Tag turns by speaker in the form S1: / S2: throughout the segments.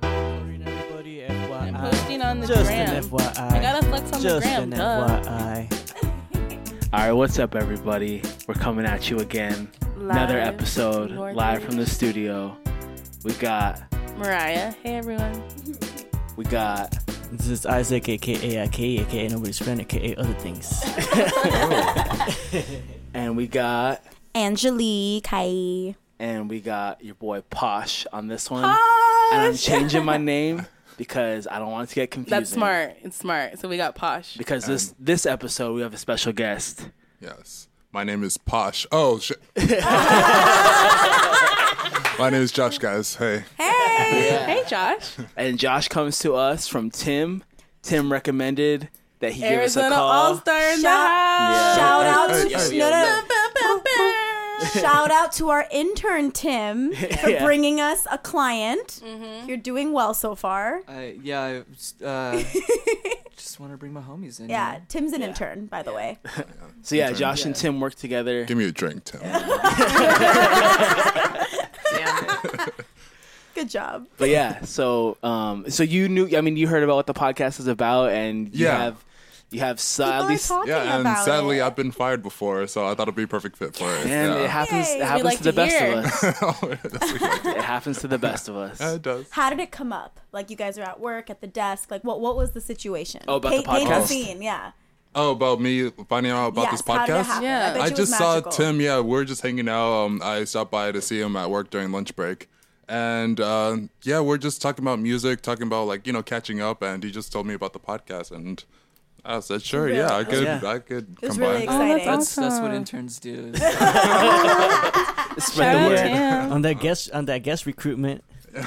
S1: Coloring everybody, FYI.
S2: I'm posting on the
S1: Just
S2: gram.
S1: an FYI.
S2: I gotta flex on the
S1: Just
S2: gram,
S1: an
S2: duh.
S1: FYI. All right, what's up, everybody? We're coming at you again. Another
S2: Live,
S1: episode
S2: Northern.
S1: live from the studio. We got,
S2: Mariah, hey everyone.
S1: we got. This is Isaac, aka aka aka nobody's friend, aka other things. and we got,
S3: Angelique, hi.
S1: and we got your boy Posh on this one. And I'm changing my name because I don't want it to get confusing.
S2: That's smart. It's smart. So we got Posh.
S1: Because this this episode we have a special guest.
S4: Yes. My name is Posh. Oh, shit. My name is Josh, guys. Hey.
S2: Hey Josh,
S1: And Josh comes to us from Tim. Tim recommended that he give us a
S2: Arizona
S1: call.
S2: All Star in the house.
S3: Shout, shout out to
S4: Hey, hey,
S3: no, no,
S2: Ba, ba, ba.
S3: no. shout out to our intern Tim for
S1: Yeah.
S3: bringing us a client.
S4: Mm-hmm.
S3: You're doing well so far.
S5: I, yeah, I just, uh, just want to bring my homies in.
S3: yeah, Tim's an intern, by the way.
S1: So yeah, Josh and Tim work together.
S4: Give me a drink, Tim.
S3: Good job.
S1: But yeah, so um, so you knew. I mean, you heard about what the podcast is about, and you
S4: Yeah.
S1: have you have so,
S3: People
S1: at
S3: are
S1: least.
S3: talking
S4: Yeah, and
S3: about
S4: sadly,
S3: it.
S4: I've been fired before, so I thought it'd be a perfect fit for it.
S1: And it
S4: yeah.
S1: happens.
S3: Yay.
S1: It happens
S2: like
S1: to the
S2: to
S1: best
S2: hear.
S1: of us.
S4: That's a good idea.
S1: it happens to the best of us.
S4: Yeah, it does.
S3: How did it come up? Like you guys are at work at the desk. Like what? What was the situation?
S1: Oh, about the
S3: paint, paint
S1: podcast?
S3: scene. Yeah.
S4: Oh, about me finding out about
S3: yes.
S4: this
S3: How did it
S4: podcast?
S3: happen?
S2: Yeah.
S3: I, bet
S4: I
S3: you it was
S4: just saw
S3: magical.
S4: Tim. Yeah, we were just hanging out. Um, I stopped by to see him at work during lunch break, and uh, yeah, we're just talking about music, talking about like you know catching up, and he just told me about the podcast, and I said, sure, yeah, I could,
S1: Yeah.
S4: I could Oh,
S3: It was
S4: come
S3: really
S4: by.
S3: exciting.
S6: Oh,
S5: That's, that's what interns do.
S1: Spread the word.
S2: Tim.
S5: on that guest, on that guest recruitment.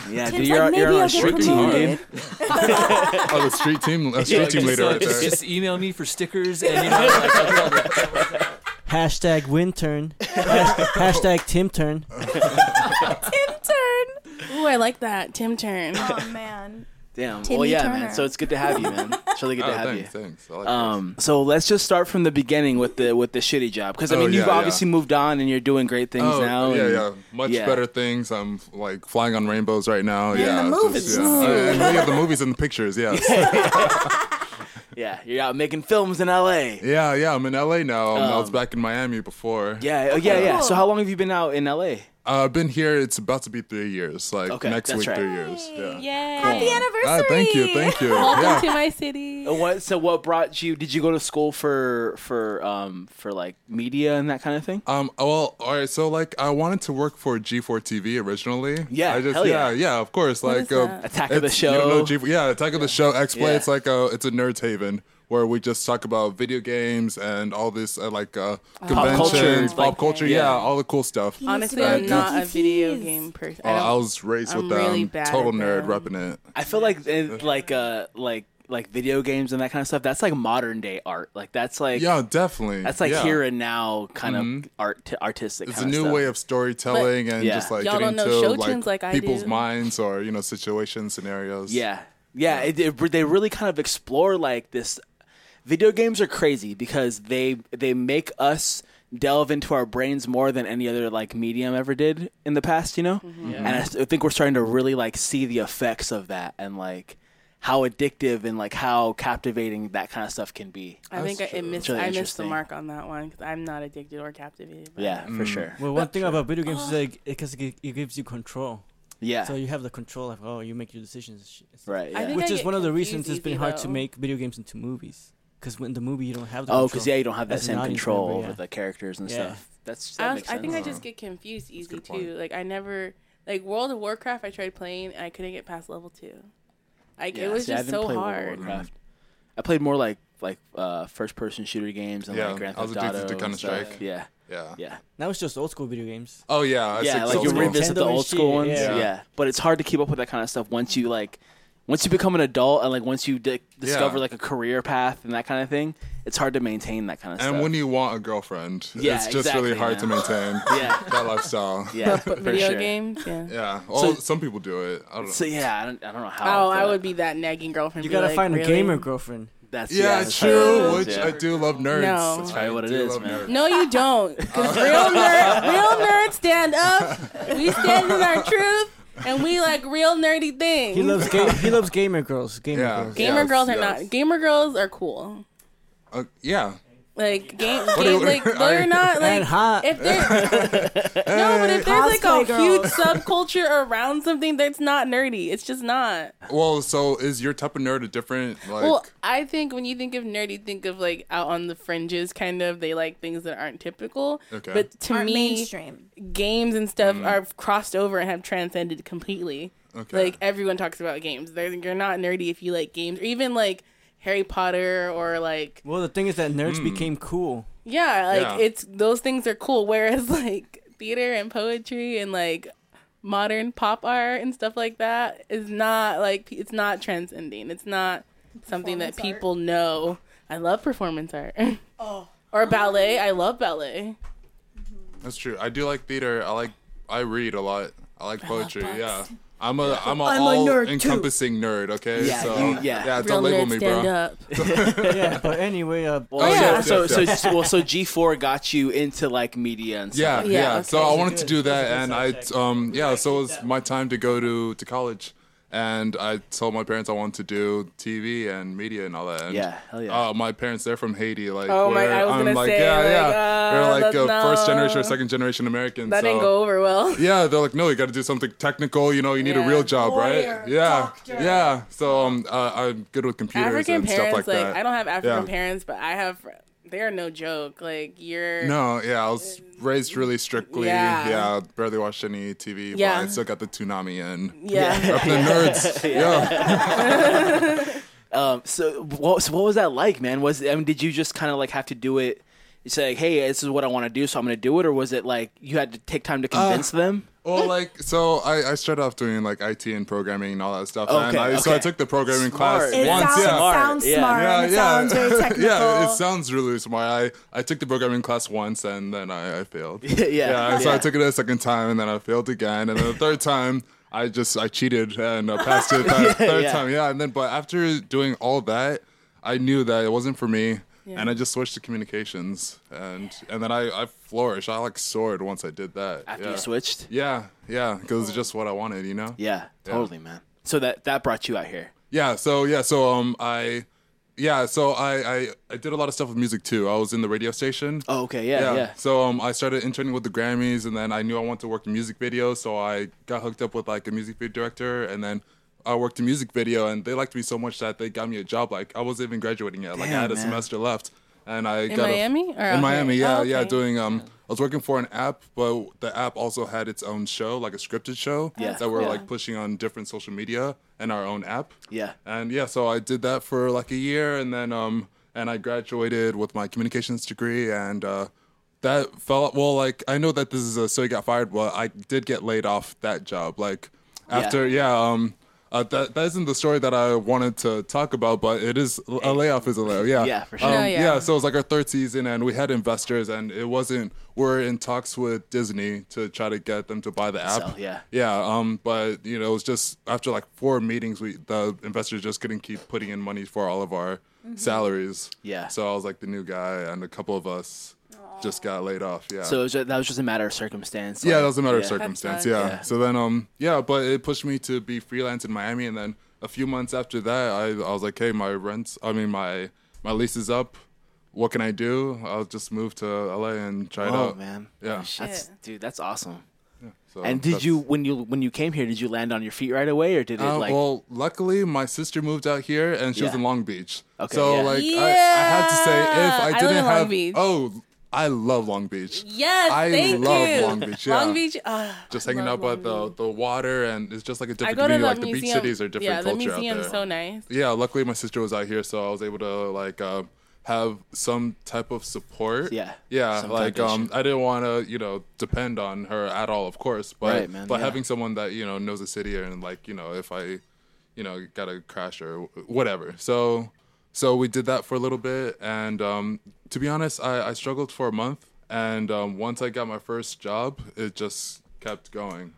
S1: Yeah,
S3: Tim's
S1: dude, you're,
S3: like,
S1: you're on
S3: maybe I'll
S1: a
S3: get
S1: street team,
S3: promoted.
S1: dude.
S4: oh, the street team, uh, street team leader right there.
S5: just, just email me for stickers and you know, like, I'll do all that.
S1: Hashtag Winturn. Hashtag Tim Turn.
S3: Intern.
S2: Ooh, I like that. Tim turn.
S3: Oh man.
S1: Damn.
S3: Timmy
S1: well, yeah, man.
S3: Turner.
S1: So it's good to have you, man. It's really good
S4: Oh,
S1: to have you.
S4: thanks, thanks. I like
S1: Um, so let's just start from the beginning with the with the shitty job because I
S4: Oh,
S1: mean
S4: yeah,
S1: you've
S4: yeah.
S1: obviously moved on and you're doing great
S4: that.
S1: things
S4: Oh,
S1: now.
S4: yeah,
S1: and-
S4: yeah, much
S1: yeah.
S4: better things. I'm like flying on rainbows right now. yeah,
S3: the
S4: it's just-
S3: movies.
S4: yeah. Uh, and we have the movies and the pictures. Yes.
S1: Yeah, you're out making films in L.A.
S4: yeah, yeah. I'm in LA now. Um, I was back in Miami before.
S1: Um, Yeah, oh, yeah, yeah. So
S3: Cool.
S1: how long have you been out in L.A.?
S4: Uh, I've been here. It's about to be three years. Like
S1: Okay,
S4: next
S1: that's
S4: week,
S1: right.
S4: three years. Yeah.
S2: Yay.
S3: The anniversary.
S4: Ah, thank you, thank you.
S2: Welcome
S4: yeah.
S2: to my city.
S1: Uh, What? So what brought you? Did you go to school for for um for like media and that kind of thing?
S4: Um. Well, all right. So, like, I wanted to work for G4 TV originally.
S1: Yeah,
S4: I just,
S1: hell yeah.
S4: yeah, Of course.
S2: is
S4: like, uh,
S2: that?
S1: Attack of the
S4: it's- you don't know
S1: Show.
S4: G4 yeah, Attack of the Show. X Play.
S1: Yeah.
S4: It's like a, it's a nerd's haven where we just talk about video games and all this, uh, like, uh,
S1: Pop culture,
S4: conventions,
S1: like-
S4: pop culture. Yeah.
S1: yeah.
S4: all the cool stuff.
S3: He needs
S2: Honestly,
S3: to go
S2: I'm
S3: to
S2: not a
S3: DTTs.
S2: video game person.
S4: Uh, I was raised
S2: I'm
S4: with them.
S2: really bad
S4: Total
S2: at
S4: nerd,
S2: them.
S4: repping it.
S1: I feel like it, like uh like like video games and that kind of stuff. That's like modern day art. Like that's like
S4: Yeah, definitely.
S1: That's like
S4: yeah. Mm-hmm.
S1: here and now kind of art artistic.
S4: It's a
S1: kind
S4: new
S1: stuff.
S4: way of storytelling and
S1: Yeah.
S4: just like
S2: Y'all
S4: getting
S2: don't know
S4: to
S2: shoujins like
S4: like,
S2: I
S4: people's
S2: do.
S4: minds or you know situations, scenarios.
S1: Yeah, yeah. It, it, they really kind of explore like this. Video games are crazy because they they make us delve into our brains more than any other like medium ever did in the past, you know?
S2: Mm-hmm.
S5: Mhm. Yeah.
S1: And I s- I think we're starting to really like see the effects of that and like how addictive and like how captivating that kind of stuff can be.
S2: I think I, it missed.
S1: It's really
S2: I missed the
S1: interesting.
S2: mark on that one because I'm not addicted or captivated. by
S1: Yeah,
S2: it.
S1: for sure.
S6: Well, one thing about video games is like because it, gi- it gives you control.
S1: Yeah.
S6: So you have the control of oh you make your decisions. and shit. It's-
S1: Right,
S2: I yeah. think
S6: Which
S2: I
S6: is
S2: get
S6: one of the
S2: confused
S6: reasons it's been
S2: easy,
S6: hard to
S2: though.
S6: make video games into movies because when the movie you don't have the
S1: Oh,
S6: control.
S1: because yeah, you don't have that
S6: As an
S1: same
S6: audience
S1: control
S6: member,
S1: over
S6: yeah.
S1: the characters and
S6: Yeah.
S1: stuff. That's that
S2: I,
S1: makes
S2: also, I think I
S1: sense.
S2: just get confused easy
S1: good point.
S2: too. Like I never like World of Warcraft. I tried playing and I couldn't get past level two. Like
S1: Yeah,
S2: it was
S1: see, I
S2: just
S1: didn't
S2: so
S1: play World of
S2: hard.
S1: Warcraft. I played more like like uh, first person shooter games and
S4: Yeah,
S1: like Grand
S4: I was
S1: Theft
S4: addicted
S1: Auto.
S4: to
S1: and stuff.
S4: Counter-Strike.
S1: Yeah.
S4: Yeah.
S1: Yeah.
S6: Now it's just old school video games.
S4: Oh yeah, I
S1: yeah,
S4: think
S1: like
S4: so.
S1: you
S4: Old
S1: revisit the
S6: Nintendo and
S1: old school ones.
S6: shit,
S1: Yeah.
S6: yeah.
S1: but it's hard to keep up with that kind of stuff once you like, once you become an adult and like once you di- discover
S4: Yeah.
S1: like a career path and that kind of thing, it's hard to maintain that kind of stuff.
S4: And when you want a girlfriend,
S1: Yeah,
S4: it's just
S1: exactly,
S4: really hard to
S1: man.
S4: maintain
S1: Yeah.
S4: that lifestyle.
S1: Yeah, But- but for
S2: Video games. Yeah.
S4: Yeah.
S1: So-
S4: Well, some people do it. I don't know.
S1: so yeah, I don't, I don't know how.
S2: Oh, I
S1: but-
S2: would be that nagging girlfriend.
S6: You
S2: be
S6: gotta
S2: like,
S6: find
S2: really?
S6: a gamer girlfriend.
S1: That's
S4: Yeah,
S1: that's
S4: true,
S1: how it is,
S4: which
S1: yeah.
S4: I do love nerds.
S2: No.
S1: That's probably what it
S4: I do
S1: is,
S4: love
S1: man.
S2: No, you don't. 'Cause real nerd, real nerds stand up. We stand in our truth, and we like real nerdy things.
S6: He loves ga- he loves gamer girls. Gamer
S4: Yeah.
S6: girls.
S2: gamer
S4: Yes,
S2: girls are
S4: yes.
S2: not. Gamer girls are cool.
S4: Uh, yeah.
S2: Like game,
S4: do
S2: game
S4: you-
S2: like they're not like
S6: And hot.
S2: if they're no, but if there's like a
S7: Cosplay girl.
S2: huge subculture around something that's not nerdy, it's just not.
S4: Well, so is your type of nerd a different like?
S2: well, I think when you think of nerdy, think of like out on the fringes, kind of. They like things that aren't typical.
S4: Okay. Mm-hmm.
S2: But to
S3: Aren't
S2: me,
S3: mainstream.
S2: games and stuff are crossed over and have transcended completely.
S4: Okay.
S2: Like everyone talks about games. They're, you're not nerdy if you like games, or even like Harry Potter or like
S6: Well, the thing is that
S4: Hmm.
S6: nerds became cool.
S2: yeah, like
S4: Yeah.
S2: it's those things are cool. Whereas like theater and poetry and like modern pop art and stuff like that is not like p- it's not transcending. It's not something that
S3: Performance art.
S2: people know. I love performance art. Oh. or ballet. I love ballet.
S4: That's true. I do like theater. I like I read a lot. I like poetry. yeah. I'm a I'm a
S3: I'm a
S4: all
S3: nerd, too.
S4: encompassing nerd. Okay.
S1: Yeah,
S4: So
S1: you- yeah.
S4: yeah. Don't label me, bro.
S2: up.
S6: yeah, but anyway, uh,
S1: Well,
S4: Oh,
S1: so-
S4: yeah.
S1: so,
S4: yes,
S1: so,
S4: yes.
S1: so- well, so G four got you into like media and stuff.
S4: Yeah,
S1: like
S4: yeah.
S1: that.
S4: So I wanted to do that, and I, um, yeah. So it was my time to go to to college, and I told my parents I wanted to do TV and media and all that. And,
S1: Yeah, hell yeah.
S4: Uh, my parents, they're from Haiti. Like,
S2: Oh my-
S4: where
S2: I was
S4: I'm
S2: gonna
S4: like,
S2: say,
S4: yeah,
S2: like,
S4: yeah.
S2: uh,
S4: they're
S2: that's
S4: like a first
S2: no-
S4: generation or second generation American.
S2: That
S4: so,
S2: didn't go over well.
S4: Yeah, they're like, no, you got to do something technical. You know, you need
S2: Yeah.
S4: a real job,
S3: Lawyer,
S4: right? Yeah,
S3: doctor.
S4: yeah. So um, uh, I'm good with computers
S2: African
S4: and stuff like
S2: parents, like,
S4: that.
S2: I don't have African
S4: Yeah.
S2: parents, but I have. They are no joke. Like you're
S4: No, yeah, I was raised really strictly.
S2: Yeah.
S4: Yeah, barely watched any TV.
S2: Yeah.
S4: but I still got the tsunami in.
S2: Yeah.
S4: Up the nerds. Yeah.
S1: Um, so what so what was that like, man? Was I mean, did you just kind of like have to do it? It's like, hey, this is what I want to do, so I'm going to do it, or was it like you had to take
S4: Uh,
S1: time to convince them?
S4: Well, like, so I, I started off doing like IT and programming and all that stuff.
S1: Okay,
S4: and I, So I
S1: okay.
S4: took the programming class
S1: Smart.
S3: It
S4: once.
S3: sounds,
S4: yeah.
S1: Smart.
S3: sounds
S1: Yeah.
S3: smart.
S4: Yeah,
S3: and
S4: yeah.
S3: it sounds very technical.
S4: yeah, it sounds really smart. I, I took the programming class once and then I, I failed.
S1: Yeah,
S4: So
S1: yeah.
S4: I took it a second time and then I failed again. And then the third time, I just I cheated and uh, passed it. The third, third
S1: yeah.
S4: time, yeah. And then, but after doing all that, I knew that it wasn't for me. And I just switched to communications, and and then I I flourished. I like soared once I did that.
S1: After
S4: yeah.
S1: you switched,
S4: Yeah, yeah, because it's just what I wanted, you know.
S1: yeah, totally, man. So that that brought you out here.
S4: Yeah, so yeah, so um I yeah, so I, I I did a lot of stuff with music too. I was in the radio station.
S1: Oh, okay, yeah, yeah.
S4: So um I started interning with the Grammys and then I knew I wanted to work in music videos, so I got hooked up with like a music video director and then I worked in music video and they liked me so much that they got me a job like I wasn't even graduating yet. Like I
S1: Damn,
S4: had a
S1: man.
S4: semester left. And I
S2: In
S4: got a-
S2: Miami? Or out
S4: in Miami,
S2: here?
S4: yeah,
S2: Oh,
S4: yeah.
S2: okay.
S4: Doing um, I was working for an app, but the app also had its own show, like a scripted show,
S1: Yeah.
S4: that we're
S1: Yeah.
S4: like pushing on different social media and our own app.
S1: Yeah.
S4: And yeah, so I did that for like a year, and then um, and I graduated with my communications degree, and uh, that felt well. Like I know that this is a so you got fired, but I did get laid off that job. Like after yeah, um. Uh, that that isn't the story that I wanted to talk about, but it is a layoff is a layoff. Yeah,
S1: Yeah, for sure.
S4: Um,
S2: No, yeah.
S4: yeah, so it was like our third season, and we had investors, and it wasn't. We're in talks with Disney to try to get them to buy the app.
S1: So, yeah.
S4: Yeah, um, but you know, it was just after like four meetings, we the investors just couldn't keep putting in money for all of our salaries.
S1: Yeah.
S4: So I was like the new guy, and a couple of us just got laid off. Yeah.
S1: So it was ju- that was just a matter of circumstance.
S4: yeah,
S1: like-
S4: that was a matter of
S1: yeah.
S4: circumstance. Yeah. So then, um, yeah, but it pushed me to be freelance in Miami, and then a few months after that, I, I was like, hey, my rent's, I mean, my my lease is up. What can I do? I'll just move to LA and try it
S1: Oh,
S4: out.
S1: man.
S4: Yeah.
S1: That's, dude, that's awesome.
S4: So
S1: and did
S4: that's-
S1: you when you when you came here, did you land on your feet right away, or did it
S4: Uh,
S1: like?
S4: well, luckily my sister moved out here and she was
S1: Yeah.
S4: in Long Beach.
S1: Okay,
S4: so
S1: yeah.
S4: like I, I had to say if
S2: Yeah, I live
S4: I didn't
S2: in Long
S4: have
S2: Beach.
S4: oh I love Long Beach.
S2: Yes,
S4: I
S2: thank
S4: love
S2: you.
S4: Long Beach. Yeah.
S2: Long Beach. ah,
S4: Just hanging
S2: love
S4: out by the, the water and it's just like a
S2: I
S4: different
S2: go to
S4: community.
S2: the
S4: Like the beach
S2: museum.
S4: cities are different
S2: yeah,
S4: culture
S2: the museum's
S4: out there.
S2: so nice.
S4: Yeah, luckily my sister was out here, so I was able to like uh, have some type of support.
S1: Yeah,
S4: yeah.
S1: some
S4: Like um,
S1: foundation.
S4: I didn't want to you know depend on her at all, of course. But
S1: Right, man,
S4: but
S1: yeah.
S4: having someone that you know knows the city and like you know if I you know got to crash or whatever. So so we did that for a little bit, and um, to be honest, I, I struggled for a month, and um, once I got my first job, it just kept going,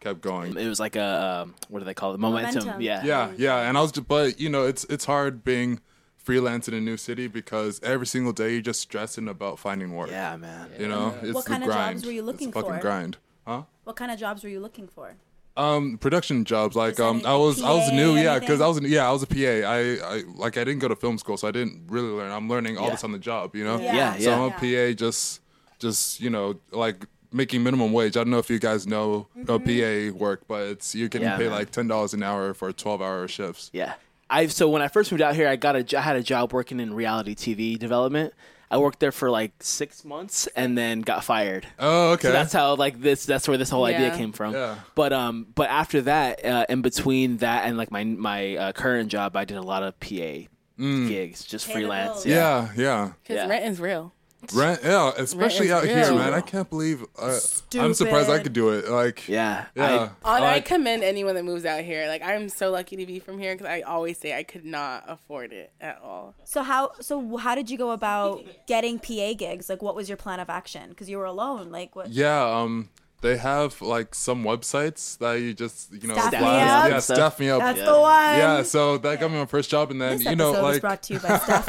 S4: kept going.
S1: It was like a um, what do they call it? Momentum.
S4: Momentum.
S1: Yeah.
S4: yeah, yeah. And I was, ju- but you know, it's it's hard being freelance in a new city because every single day you're just stressing about finding work. Yeah,
S1: man.
S4: You know, it's
S3: What
S4: the
S3: kind of
S4: grind.
S3: jobs were you looking
S4: it's a fucking
S3: for?
S4: grind, huh?
S3: What kind of jobs were you looking for?
S4: Um, production jobs like um, I was I was
S3: PA,
S4: new, yeah,
S3: anything?
S4: because I was yeah I was a PA. I, I like I didn't go to film school, so I didn't really learn. I'm learning all
S1: Yeah.
S4: this on the job, you know.
S1: Yeah. Yeah,
S4: So
S1: yeah.
S4: I'm a PA, just just you know like making minimum wage. I don't know if you guys know
S3: Mm-hmm.
S4: uh, PA work, but it's you're getting
S1: Yeah,
S4: paid
S1: man.
S4: like ten dollars an hour for twelve hour shifts.
S1: Yeah. I so when I first moved out here, I got a jo- I had a job working in reality TV development. I worked there for like six months and then got fired.
S4: Oh, okay.
S1: So that's how like this. That's where this whole idea
S4: Yeah.
S1: came from.
S4: Yeah.
S1: But um, but after that, uh, in between that and like my my uh, current job, I did a lot of PA
S4: Mm.
S1: gigs, just freelance.
S4: Yeah, yeah.
S2: Because rent is real.
S4: Rent, yeah, especially
S2: is
S4: out here,
S2: real.
S4: man. I can't believe I, I'm surprised I
S2: Stupid.
S4: could do it. Like,
S1: yeah,
S4: yeah.
S2: I, I commend anyone that moves out here. Like I'm so lucky to be from here because I always say I could not afford it at all.
S3: So how so how did you go about getting PA gigs? Like what was your plan of action? Because you were alone. Like what?
S4: yeah, um, they have like some websites that you just you know
S3: Staff me
S4: blast-
S3: up.
S4: yeah, staff me up.
S3: That's the one.
S4: Yeah, so that got me my first job, and then
S3: This
S4: you know
S3: episode
S4: like
S3: is brought to you by Staff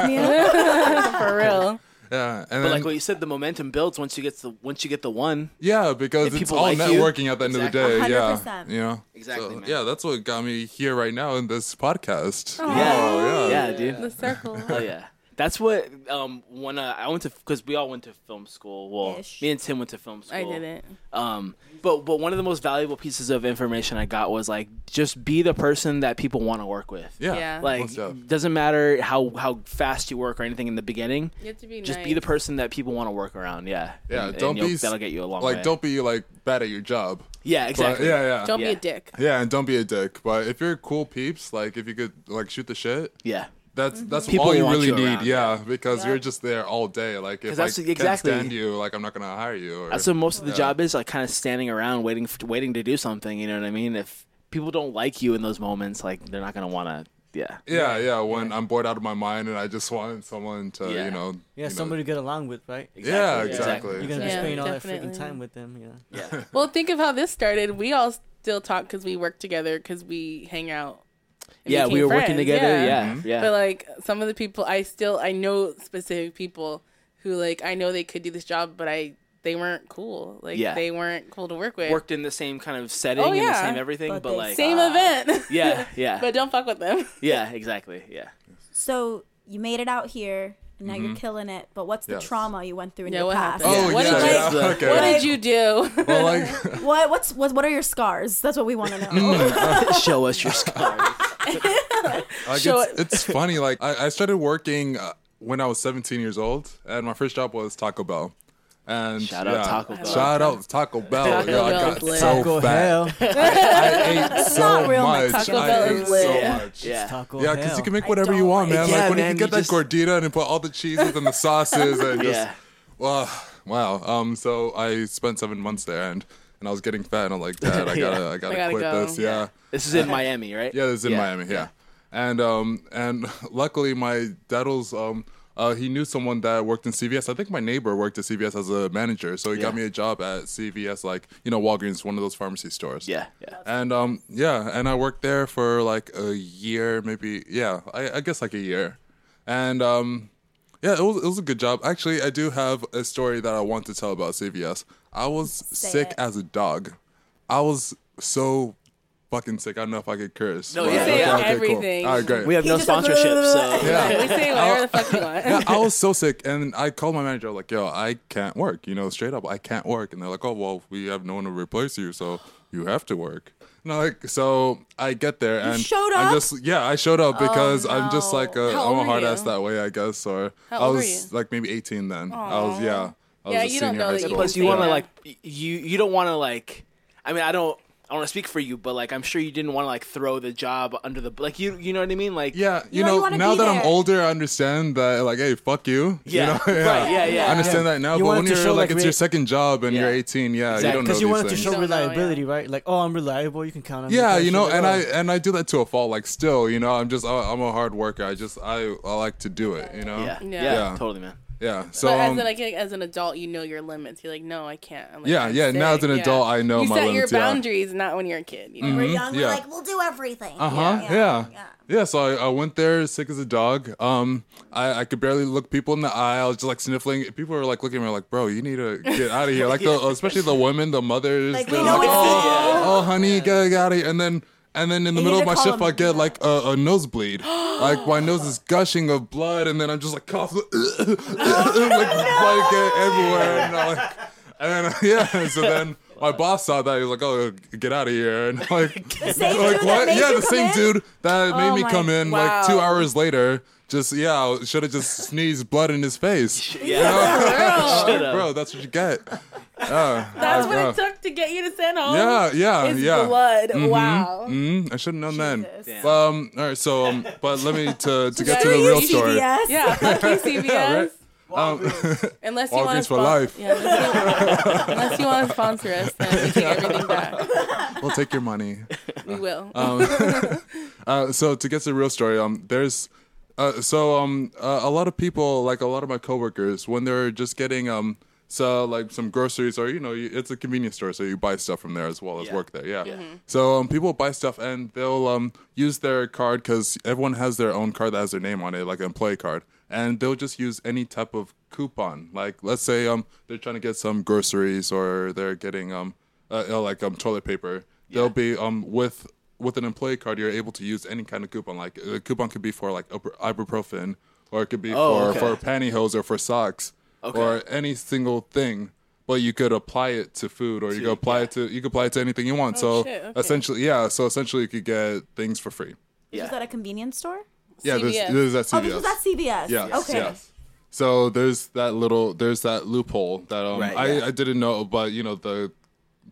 S3: Me
S2: For real.
S4: yeah, and
S1: but
S4: then
S1: like what you said, the momentum builds once you get the once you get the one.
S4: yeah, because
S1: If
S4: it's
S1: people
S4: all
S1: like you.
S4: networking at the end of the
S1: Exactly.
S4: day. Yeah,
S1: 100%.
S4: you know
S1: Exactly,
S4: So, yeah, that's what got me here right now in this podcast.
S1: Yeah,
S4: Oh,
S1: yeah, dude.
S2: The circle.
S1: Hell yeah. That's what um when uh, I went to because we all went to film school. Well,
S2: Ish.
S1: me and Tim went to film school.
S2: I didn't.
S1: Um, but but one of the most valuable pieces of information I got was like just be the person that people want to work with.
S2: Yeah. Yeah.
S1: Like
S2: What's up?
S1: doesn't matter how how fast you work or anything in the beginning.
S2: You have to be
S1: just be the
S2: nice.
S1: person that people want to work around. Yeah.
S4: Yeah,
S1: And- and
S4: don't
S1: you'll-
S4: be s-
S1: that'll get you a long
S4: Like,
S1: way.
S4: don't be like bad at your job.
S1: Yeah,
S4: But-
S1: exactly.
S4: yeah, yeah.
S2: Don't be
S4: Uh, Yeah.
S2: a dick.
S4: Yeah, and don't be a dick. But if you're cool peeps, like if you could like shoot the shit,
S1: yeah,
S4: that's that's
S1: People
S4: all you
S1: want
S4: really
S1: you
S4: need.
S1: around,
S4: yeah, because you're just there all day. Like
S1: 'Cause
S4: if I
S1: that's
S4: can't
S1: exactly-
S4: stand you, like I'm not gonna hire you. Or,
S1: That's what most of the
S4: Yeah.
S1: job is like kind of standing around waiting for, waiting to do something. You know what I mean? If people don't like you in those moments, like they're not gonna want to. Yeah.
S4: Yeah, yeah. When I'm bored out of my mind and I just want someone to, you know,
S6: Yeah, somebody to get along with, right?
S4: Yeah, Exactly. exactly.
S6: You're gonna be
S4: Yeah,
S6: spending all that freaking
S2: definitely.
S6: time with them, you know.
S1: Yeah.
S2: Well, think of how this started. We all still talk because we work together because we hang out. and
S1: Yeah, we
S2: became
S1: were working together, yeah,
S4: Mm-hmm.
S1: Mhm. yeah.
S2: But like some of the people, I still I know specific people who like I know they could do this job, but I they weren't cool. Like
S1: Yeah.
S2: they weren't cool to work with.
S1: Worked in the same kind of setting
S2: Oh,
S1: and the
S2: yeah.
S1: same everything, but, like ah.
S2: same event.
S1: Uh, Yeah, yeah.
S2: but don't fuck with them.
S1: yeah, exactly. Yeah.
S3: So you made it out here. And now
S4: Mm-hmm.
S3: you're
S1: Mhm.
S3: killing it. But what's the
S1: Yes.
S3: trauma you went through in
S2: Yeah,
S3: your
S2: what
S3: past?
S2: happened?
S4: Oh,
S2: what
S4: yeah,
S2: did
S4: yeah,
S2: you,
S4: okay.
S2: What did you do?
S4: Well, like
S3: what what's what, what are your scars? That's what we want to know.
S4: Mm-hmm.
S1: Show us your scars.
S4: Like
S1: Show
S4: it's, it's funny. Like I, I started working uh, when I was 17 years old, and my first job was Taco Bell. And
S1: Shout out
S4: yeah,
S1: Taco Bell.
S4: Shout out Taco Bell.
S1: Taco
S4: Yo, I
S1: Bell
S4: got
S1: is lit.
S4: so
S1: Taco
S4: fat.
S1: Hell.
S4: I, I ate
S1: It's
S4: so
S1: not real, my
S4: much.
S1: Taco
S4: I
S1: Bell
S4: ate
S1: is
S4: so
S1: lit.
S4: much.
S1: Yeah. It's Taco
S4: yeah, because
S1: Hell.
S4: you can
S1: I
S4: make whatever you want, man.
S1: Yeah,
S4: like when
S1: man,
S4: you get
S1: you
S4: that
S1: just-
S4: gordita and put all the cheeses and the sauces and just
S1: Yeah.
S4: wow, wow. Um, so I spent seven months there, and and I was getting fat, and I'm like, Dad, I gotta,
S1: Yeah.
S4: I gotta,
S1: I gotta
S4: quit
S1: go.
S4: this. Yeah.
S1: This is in Miami, right?
S4: Yeah, this is in
S1: Yeah.
S4: Miami. Yeah. And um and luckily my daddles um uh, he knew someone that worked in CVS. I think my neighbor worked at CVS as a manager, so he got
S1: Yeah.
S4: me a job at CVS, like you know Walgreens, one of those pharmacy stores.
S1: Yeah, yeah.
S4: And um, yeah, and I worked there for like a year, maybe. Yeah, I, I guess like a year. And um, Yeah, it was, it was a good job. Actually, I do have a story that I want to tell about CVS. I was
S3: Say
S4: sick
S3: it.
S4: as a dog. I was so fucking sick. I don't know if I could curse.
S1: No,
S4: but-
S1: yeah,
S4: okay,
S1: yeah.
S4: okay, cool.
S1: Everything.
S4: All right, great.
S1: We have He no just goes, sponsorship, so-
S4: yeah.
S1: We say whatever the fuck we want.
S4: Yeah, I was so sick, and I called my manager like, "Yo, I can't work." You know, straight up, I can't work. And they're like, "Oh, well, we have no one to replace you, so you have to work." And I like, so I get there, and
S3: showed
S4: I'm
S3: up?
S4: just yeah, I showed up
S3: Oh,
S4: because I'm just like a,
S3: How
S4: I'm a
S3: old were
S4: hard
S3: you?
S4: ass that way, I guess. Or
S1: How
S4: I
S1: old were
S4: was like maybe 18 then. I was yeah. I was
S1: Yeah,
S4: a
S1: you don't
S4: senior
S1: know
S4: high
S1: that you
S4: school.
S1: Plus, you want to like y- you you don't want to like. I mean, I don't. I want to speak for you, but like, I'm sure you didn't want to like throw the job under the like. You you know what I mean? Like,
S4: yeah, you know, now that I'm older, I understand that, like, hey, fuck you.
S1: Yeah,
S4: You know?
S1: right, yeah, yeah.
S4: I understand
S1: Yeah.
S4: that now,
S1: You
S4: but
S1: wanted
S4: when
S1: to
S4: you're
S1: show,
S4: like,
S1: like,
S4: it's
S1: re-
S4: your second job and you're 18, yeah, you don't know
S6: Because you
S4: these
S6: wanted to
S4: things.
S6: show reliability, right? Like, oh, I'm reliable. You can count on me.
S4: yeah,
S6: kinda
S4: you
S6: shit
S4: know,
S6: like
S4: and I
S6: that.
S4: and I do that to a fault. Like, still, you know, I'm just I, I'm a hard worker. I just I, I like to do it. You know.
S2: Yeah. Yeah. Yeah,
S1: totally, man.
S4: Yeah. So
S2: but as,
S4: um,
S2: an, like, as an adult, you know your limits. You're like, no, I can't. I'm like,
S4: yeah,
S2: I'm
S4: yeah. Now as
S2: sick.
S4: an
S2: Yeah.
S4: adult, I know
S2: you
S4: my
S2: set
S4: limits.
S2: your
S4: yeah.
S2: boundaries, not when you're a kid. You know?
S4: Mhm, We're young, we're yeah. like,
S3: we'll do everything.
S4: Uh huh. Yeah. Yeah. So I, I went there sick as a dog. Um, I, I could barely look people in the eye. I was just like sniffling. People were like looking at me like, "Bro, you need to get out of here." Like the especially the women, the mothers.
S3: Like, we
S4: they're
S3: know
S4: like,
S3: it's
S4: oh,
S3: you."
S4: oh, honey, get, out of here. And then and then in the
S3: You
S4: middle of
S3: need
S4: my
S3: to call
S4: shift,
S3: them.
S4: I get like a, a nosebleed. like my nose is gushing of blood, and then I'm just like cough, like, like uh, everywhere. And I'm like, and then, yeah. So then. My boss saw that he was like, "Oh, get out of here!" And like,
S3: The same
S4: like,
S3: dude that made
S4: yeah,
S3: you
S4: the
S3: come
S4: same
S3: in?
S4: dude that made
S3: Oh
S4: me
S3: my-
S4: come in like two
S3: wow.
S4: hours later. Just yeah, should have just sneezed blood in his face.
S1: Yeah. Yeah, for real.
S4: bro, that's what you get. Yeah.
S2: That's what
S4: Yeah.
S2: it took to get you to send home.
S4: Yeah, yeah,
S2: is
S4: yeah.
S2: Blood.
S4: Mhm,
S2: Wow.
S4: mhm. I should have known then. Um, all right, so um, but let me to to get to the
S2: Screw you,
S4: real story.
S2: CVS. Yeah, fuck you,
S4: Yeah,
S2: CVS.
S4: right? Um,
S2: Unless you want to
S4: Walgreens for life.
S2: Yeah, unless you, unless you want to sponsor us, then we take everything back.
S4: we'll take your money.
S2: We will.
S4: Um, uh, so to get to the real story, um, there's, uh, so um, uh, a lot of people, like a lot of my coworkers, when they're just getting um, so like some groceries or you know, you- it's a convenience store, so you buy stuff from there as well as work there. Yeah. So um, people buy stuff and they'll um use their card because everyone has their own card that has their name on it, like an employee card, and they'll just use any type of coupon. Like let's say um they're trying to get some groceries or they're getting um uh, uh, like um toilet paper. They'll be um with with an employee card, you're able to use any kind of coupon. Like a coupon could be for like ibu- ibuprofen, or it could be
S1: Oh,
S4: for
S1: okay.
S4: for pantyhose or for socks,
S1: Okay.
S4: or any single thing. But you could apply it to food, or you could apply it to you could apply it to anything you want.
S3: Oh,
S4: so
S3: shit, okay.
S4: essentially, yeah. So essentially, you could get things for free.
S3: Is that a convenience store?
S4: Yeah, there's- CVS. there's that
S3: Oh, this was
S4: CVS.
S3: at CVS.
S4: Yes,
S3: Okay.
S4: yes. So there's that little there's that loophole that um,
S1: Right,
S4: I,
S1: yeah.
S4: I didn't know, but you know the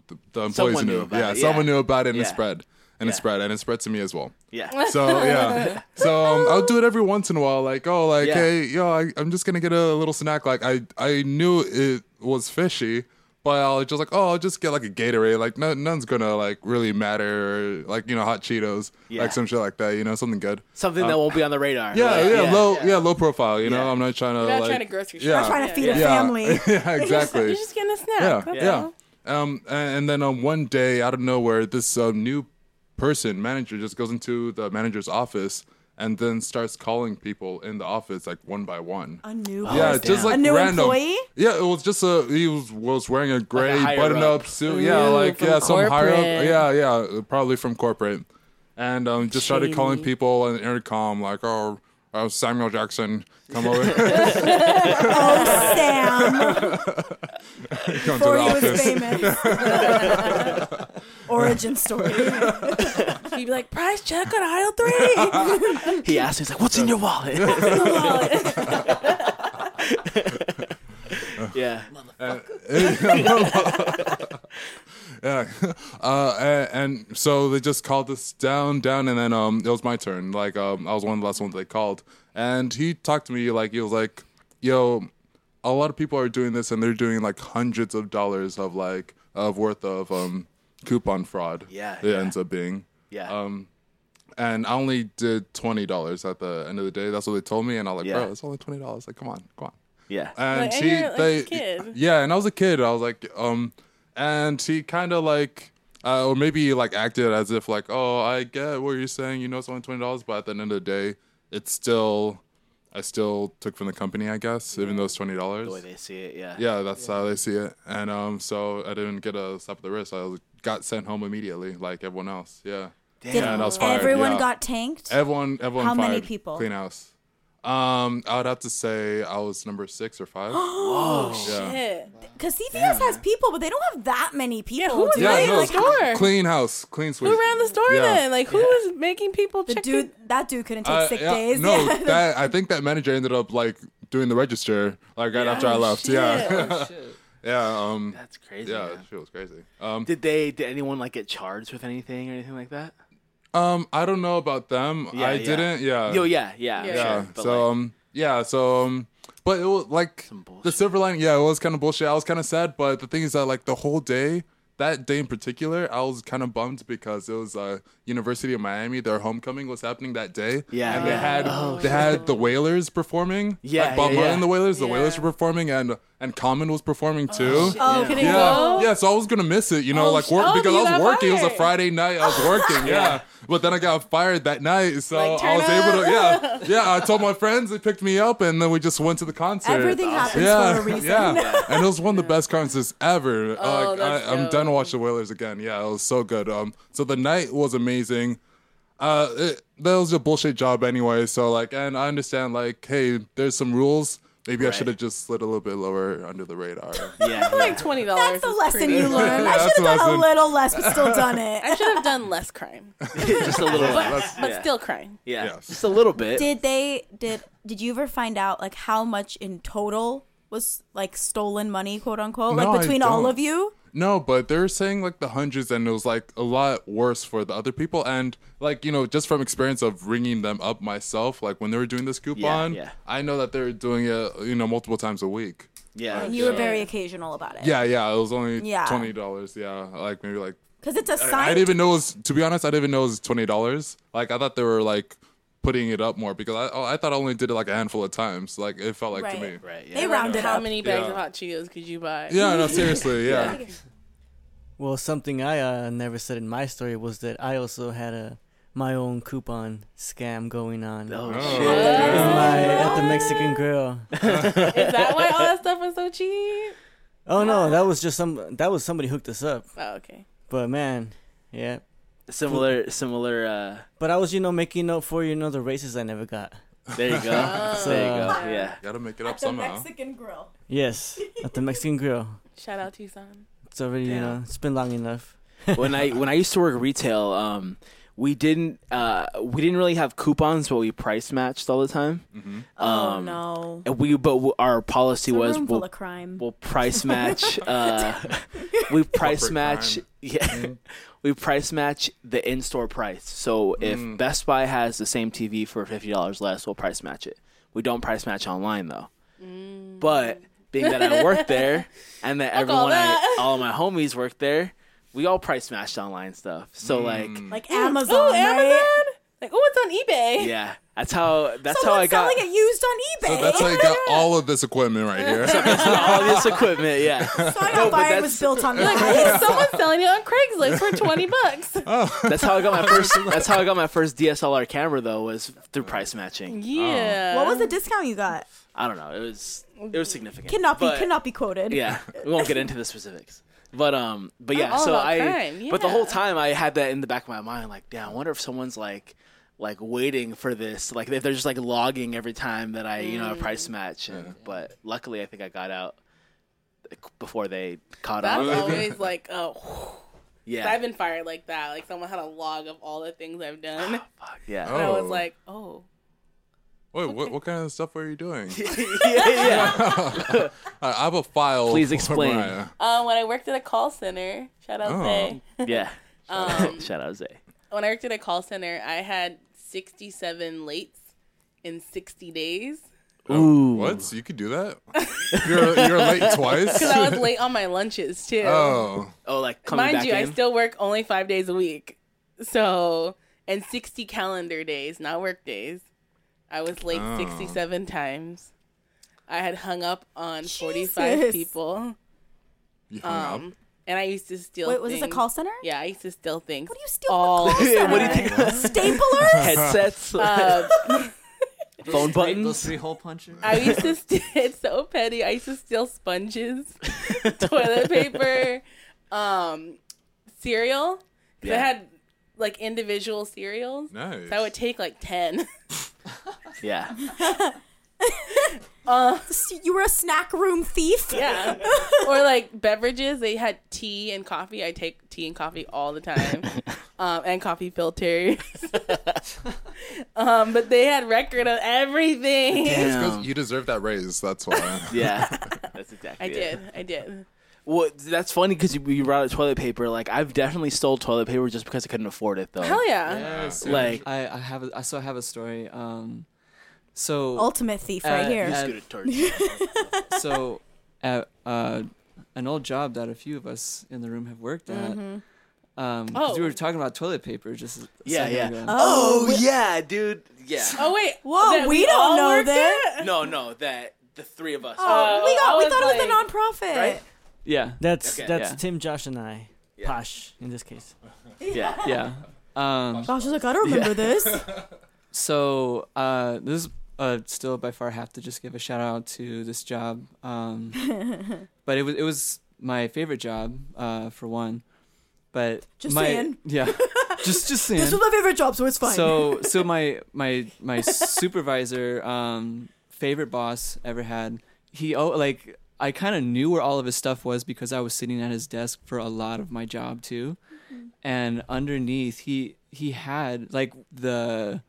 S4: the, the employees
S1: Someone knew
S4: knew.
S1: about
S4: yeah,
S1: it,
S4: someone
S1: yeah.
S4: knew about it and
S1: Yeah.
S4: it spread and
S1: Yeah.
S4: it spread and it spread to me as well.
S1: Yeah.
S4: So yeah. So um, I'll do it every once in a while. Like oh like
S1: Yeah.
S4: hey yo I, I'm just gonna get a little snack. Like I I knew it was fishy. But I'll just like, oh, I'll just get like a Gatorade. Like, no, none's gonna like really matter. Or, like, you know, hot Cheetos,
S1: Yeah.
S4: like some shit like that. You know, something good.
S1: Something
S4: Um,
S1: that won't be on the radar.
S4: yeah,
S1: Like,
S4: yeah, low, yeah. low profile. You know, I'm not trying to.
S2: You're not
S4: like,
S2: trying to grocery shop.
S4: Yeah.
S2: Not trying to feed a
S4: yeah.
S2: family.
S4: yeah, exactly.
S2: You're just getting a snack.
S4: yeah,
S2: that's
S4: yeah.
S2: all.
S4: Um, and, and then on one day out of nowhere, this uh, new person manager just goes into the manager's office and then starts calling people in the office like one by one.
S3: A new
S4: yeah,
S3: person.
S4: just like
S3: a new
S4: random.
S3: employee.
S4: Yeah, it was just a he was was wearing a gray
S1: higher
S4: button up,
S1: up.
S4: suit. Yeah,
S1: Ooh,
S4: like
S1: from
S4: yeah, some higher up.
S1: corporate.
S4: Yeah, yeah, probably from corporate, and um, just started calling
S1: Shady.
S4: people on the intercom like, oh, oh, Samuel Jackson, come over.
S3: oh, Sam.
S4: come
S3: Before
S4: to
S3: he
S4: the
S3: was
S4: office.
S3: famous. Origin story.
S2: You'd be like, price check on aisle three.
S1: He asked me, he's like, "What's in your wallet?" yeah.
S4: yeah. Uh, a- and, so they just called us down, down, and then um, it was my turn. Like um, I was one of the last ones they called, and he talked to me like he was like, "Yo, a lot of people are doing this, and they're doing like hundreds of dollars of like of worth of um coupon fraud.
S1: Yeah,
S4: it
S1: yeah.
S4: ends up being.
S1: Yeah.
S4: Um, and I only did twenty dollars at the end of the day. That's what they told me, and I was like,
S1: Yeah.
S4: bro, it's only twenty dollars. Like, come on, come on.
S1: Yeah.
S4: And
S2: Like, and
S4: he,
S2: you're, like, a
S4: they,
S2: kid.
S4: yeah, and I was a kid. I was like, um, and he kind of like, uh, or maybe he, like acted as if like, oh, I get what you're saying. You know, it's only twenty dollars, but at the end of the day, it's still I still took from the company, I guess, even though it's twenty dollars.
S1: The way they see it, yeah.
S4: Yeah, that's how they see it. And um, so I didn't get a slap of the wrist. I got sent home immediately, like everyone else. Yeah.
S3: Did everyone got tanked?
S4: Everyone, everyone.
S3: How many
S4: fired.
S3: people?
S4: Clean house. Um, I would have to say I was number six or five.
S3: Whoa,
S4: Yeah.
S3: Because CVS has people, but they don't have that many people.
S2: who was
S3: do
S4: Yeah,
S3: they?
S4: no,
S3: Like,
S4: Clean house, clean sweep.
S2: Who ran the store
S4: Yeah.
S2: then? Like who
S3: Yeah.
S2: was making people
S3: The
S2: check?
S3: dude, that dude couldn't take
S4: Uh,
S3: sick
S4: yeah,
S3: days.
S4: No,
S3: Yeah.
S4: that I think that manager ended up like doing the register like right
S1: Yeah.
S4: after I
S1: Oh,
S4: left.
S1: shit.
S4: Yeah.
S1: Oh, shit.
S4: yeah. Um, That's
S1: crazy,
S4: Yeah,
S1: man.
S4: she was crazy.
S1: did they? Did anyone like get charged with anything or anything like that?
S4: Um, I don't know about them.
S1: Yeah,
S4: I
S1: yeah.
S4: didn't. Yeah.
S1: Yo, yeah, yeah, Yeah,
S4: Yeah.
S1: sure, but,
S4: so um, yeah. So um, but it was like the silver lining. Yeah, it was kind of bullshit. I was kind of sad, but the thing is that like the whole day. That day in particular, I was kind of bummed because it was uh, University of Miami. Their homecoming was happening that day.
S1: Yeah.
S4: and they had
S1: Oh,
S4: they had the Whalers performing.
S1: Yeah,
S4: like Bob
S1: yeah,
S4: Marley
S1: yeah.
S4: and the Whalers. The Whalers were performing, and and Common was performing too.
S1: shit. Oh, can it
S4: yeah,
S1: go?
S4: yeah. So I was gonna miss it, you know,
S1: Oh,
S4: like
S1: sh-
S4: work
S1: oh,
S4: because
S1: you
S4: I was
S1: got
S4: working. It was a
S1: fired.
S4: Friday night. I was working. Yeah. But then I got fired that night, so
S1: Like,
S4: I
S1: turn
S4: was able to. Yeah,
S1: up.
S4: yeah. I told my friends they picked me up, and then we just went to the concert.
S3: Everything happens
S4: yeah,
S3: for a reason.
S4: Yeah, and it was one of the best concerts ever.
S3: Oh,
S4: like,
S3: that's
S4: I, I'm
S3: dope.
S4: done to watch the Whalers again. Yeah, it was so good. Um, so the night was amazing. Uh, it, that was a bullshit job anyway. So like, and I understand like, hey, there's some rules. Maybe I should have just slid a little bit lower under the radar.
S1: Yeah,
S2: like twenty dollars. That's the
S3: lesson
S4: you learn. I Yeah, should've that's a done a lesson.
S3: little less, but still done it.
S2: I should have done less crime,
S1: just a little.
S2: but,
S1: less.
S2: but
S1: yeah.
S2: still crime.
S1: Yeah, just a little bit.
S3: Did they? Did Did you ever find out like how much in total was like stolen money, quote unquote,
S4: No, I
S3: like between all
S4: don't.
S3: of you?
S4: No, but they were saying like the hundreds, and it was like a lot worse for the other people. And like you know, just from experience of ringing them up myself, like when they were doing this coupon,
S3: yeah.
S4: I know that they were doing it, you know, multiple times a week.
S1: Yeah,
S3: And you were very occasional about it.
S4: Yeah, yeah, it was only
S3: Yeah.
S4: twenty dollars. Yeah, like maybe like.
S3: 'Cause it's a
S4: I- I,
S3: sign-
S4: didn't even know it was. To be honest, I didn't even know it was twenty dollars. Like I thought they were like putting it up more because I oh, I thought I only did it like a handful of times. Like it felt like to me.
S2: Right.
S1: Right.
S2: Like, How many bags
S4: Yeah.
S2: of hot Cheetos could you buy?
S4: Yeah, no, seriously, yeah.
S6: Well, something I uh, never said in my story was that I also had a my own coupon scam going on.
S1: Oh,
S6: At
S1: shit.
S6: my- at the Mexican Grill.
S2: Is that why all that stuff was so cheap?
S6: oh no, that was just some. That was somebody hooked us up.
S2: Oh, okay.
S6: But man, yeah.
S1: Similar, similar. uh
S6: But I was, you know, making up for you know the races I never got.
S1: There you go. there you go. Yeah.
S4: Gotta make it
S6: up At the somehow.
S2: Mexican Grill.
S6: Yes, at the Mexican Grill.
S2: Shout out Tucson.
S6: It's already, you know, it's been long enough.
S1: when I when I used to work retail, um, we didn't uh, we didn't really have coupons, but we price matched all the time.
S3: Mhm.
S1: Um,
S3: Oh, no.
S1: And we but w our policy
S3: It's a
S1: was
S3: room
S1: we'll,
S3: full of crime.
S1: we'll price match. Uh, we price
S3: Corporate
S1: match.
S3: crime. Mm-hmm.
S1: Yeah, we price match the in store price. So
S3: Mm.
S1: if Best Buy has the same TV for fifty dollars less, we'll price match it. We don't price match online though. But being that I worked there and that
S3: Mm. Fuck all
S1: everyone,
S3: that.
S1: I, all my homies worked there, we all price matched online stuff. So like,
S3: Like
S2: Ooh,
S3: Amazon.
S2: ooh,
S3: right?
S2: Oh, Amazon? Like, oh, it's on eBay.
S1: yeah, that's how that's how
S3: Someone
S1: I got.
S3: selling it used on eBay.
S4: So that's how you got all of this equipment right here.
S1: all this equipment, yeah.
S3: I got fired was built on
S2: Like, hey, someone's selling it on Craigslist for twenty bucks.
S1: That's how I got my first. That's how I got my first DSLR camera though was through price matching.
S2: Yeah.
S3: What was the discount you got?
S1: I don't know. It was it was significant.
S3: Cannot be
S1: But-
S3: cannot be quoted.
S1: Yeah, we won't get into the specifics. But um, but
S3: I'm
S1: yeah.
S3: all
S1: So
S3: about
S1: I.
S3: crime,
S1: But the
S3: yeah.
S1: whole time I had that in the back of my mind, like, damn, I wonder if someone's like, like waiting for this, like if they're just like logging every time that I, you know,
S3: Mm.
S1: price match. And, But luckily, I think I got out before they caught
S2: That's
S1: on.
S2: always like, oh.
S1: Yeah.
S2: I've been fired like that. Like someone had a log of all the things I've done.
S1: Yeah.
S2: And I
S4: Oh.
S2: was like, oh.
S4: Wait, what, what kind of stuff were you doing?
S2: yeah.
S4: I I have a file.
S1: Please
S4: for
S1: explain.
S4: Mariah.
S2: Um, when I worked at a call center, shout out Zay.
S1: yeah.
S2: Um,
S1: Shout out Zay.
S4: Oh.
S2: when I worked at a call center, I had 67 lates in 60 days.
S4: Ooh. What? You could do that? You're, you're late twice?
S2: Because I was late on my lunches, too.
S4: Oh.
S1: Oh, like
S2: Mind you, I still work only five days a week. So, and 60 calendar days, not work days. I was late
S1: Oh.
S2: 67 times. I had hung up on 45
S3: Jesus.
S2: people.
S4: You
S3: hung
S2: um, And I used to steal
S3: Wait, was this a
S2: things.
S3: call center?
S2: Yeah, I used to steal things. What do you
S3: steal
S2: all
S1: What do you think?
S3: Staplers?
S1: Headsets?
S2: Uh,
S6: Phone buttons.
S5: Those three hole punchers.
S2: I used to. St- it's so petty. I used to steal sponges, toilet paper, um, cereal. 'Cause I
S1: Yeah.
S2: had like individual cereals.
S1: Nice.
S2: So I would take like ten.
S1: Yeah.
S2: Uh,
S3: you were a snack room thief.
S2: Yeah. or like beverages, they had tea and coffee. I take tea and coffee all the time, um, and coffee filters. um, but they had record of everything.
S4: It's 'cause you deserve that raise. That's why.
S1: Yeah, that's exactly.
S2: I
S1: it.
S2: did. I did.
S1: Well, that's funny because you, you brought up toilet paper. Like I've definitely stole toilet paper just because I couldn't afford it though.
S2: Hell yeah.
S5: Yes,
S1: Yeah. Like-
S5: I, I have, a, I still have a story. Um, so
S6: Oh.
S3: Ultimate thief right
S5: at-
S3: here.
S5: at-
S3: Just get a
S5: so, at uh, an old job that a few of us in the room have worked at.
S3: Mhm.
S6: Mm-hmm.
S5: Um, 'cause
S6: Oh.
S5: we were talking about toilet paper just. a
S1: Yeah,
S5: second
S1: yeah.
S5: ago.
S1: Oh, yeah, dude. Yeah.
S2: Oh wait.
S3: Whoa,
S2: that
S3: we
S2: all
S3: don't know
S2: worked
S3: that.
S2: at?
S1: No, no, that the three of us.
S3: Oh, we got.
S2: I
S3: We
S2: was
S3: thought it
S2: like-
S3: was a nonprofit.
S2: Right?
S5: Yeah.
S6: That's
S5: Okay.
S6: that's
S5: Yeah.
S6: Tim, Josh, and I. Posh in this case.
S5: Yeah. Yeah. Um,
S3: Josh is like, I don't remember this.
S5: So uh, this is uh, still by far have to just give a shout out to this job. Um, but it was it was my favorite job uh, for one. But
S3: Just
S5: my,
S3: saying.
S5: yeah, just just saying.
S3: This was my favorite job, so it's fine.
S5: So so my my my supervisor, um, favorite boss ever had. He oh like I kind of knew where all of his stuff was because I was sitting at his desk for a lot of my job too, and underneath he he had like the.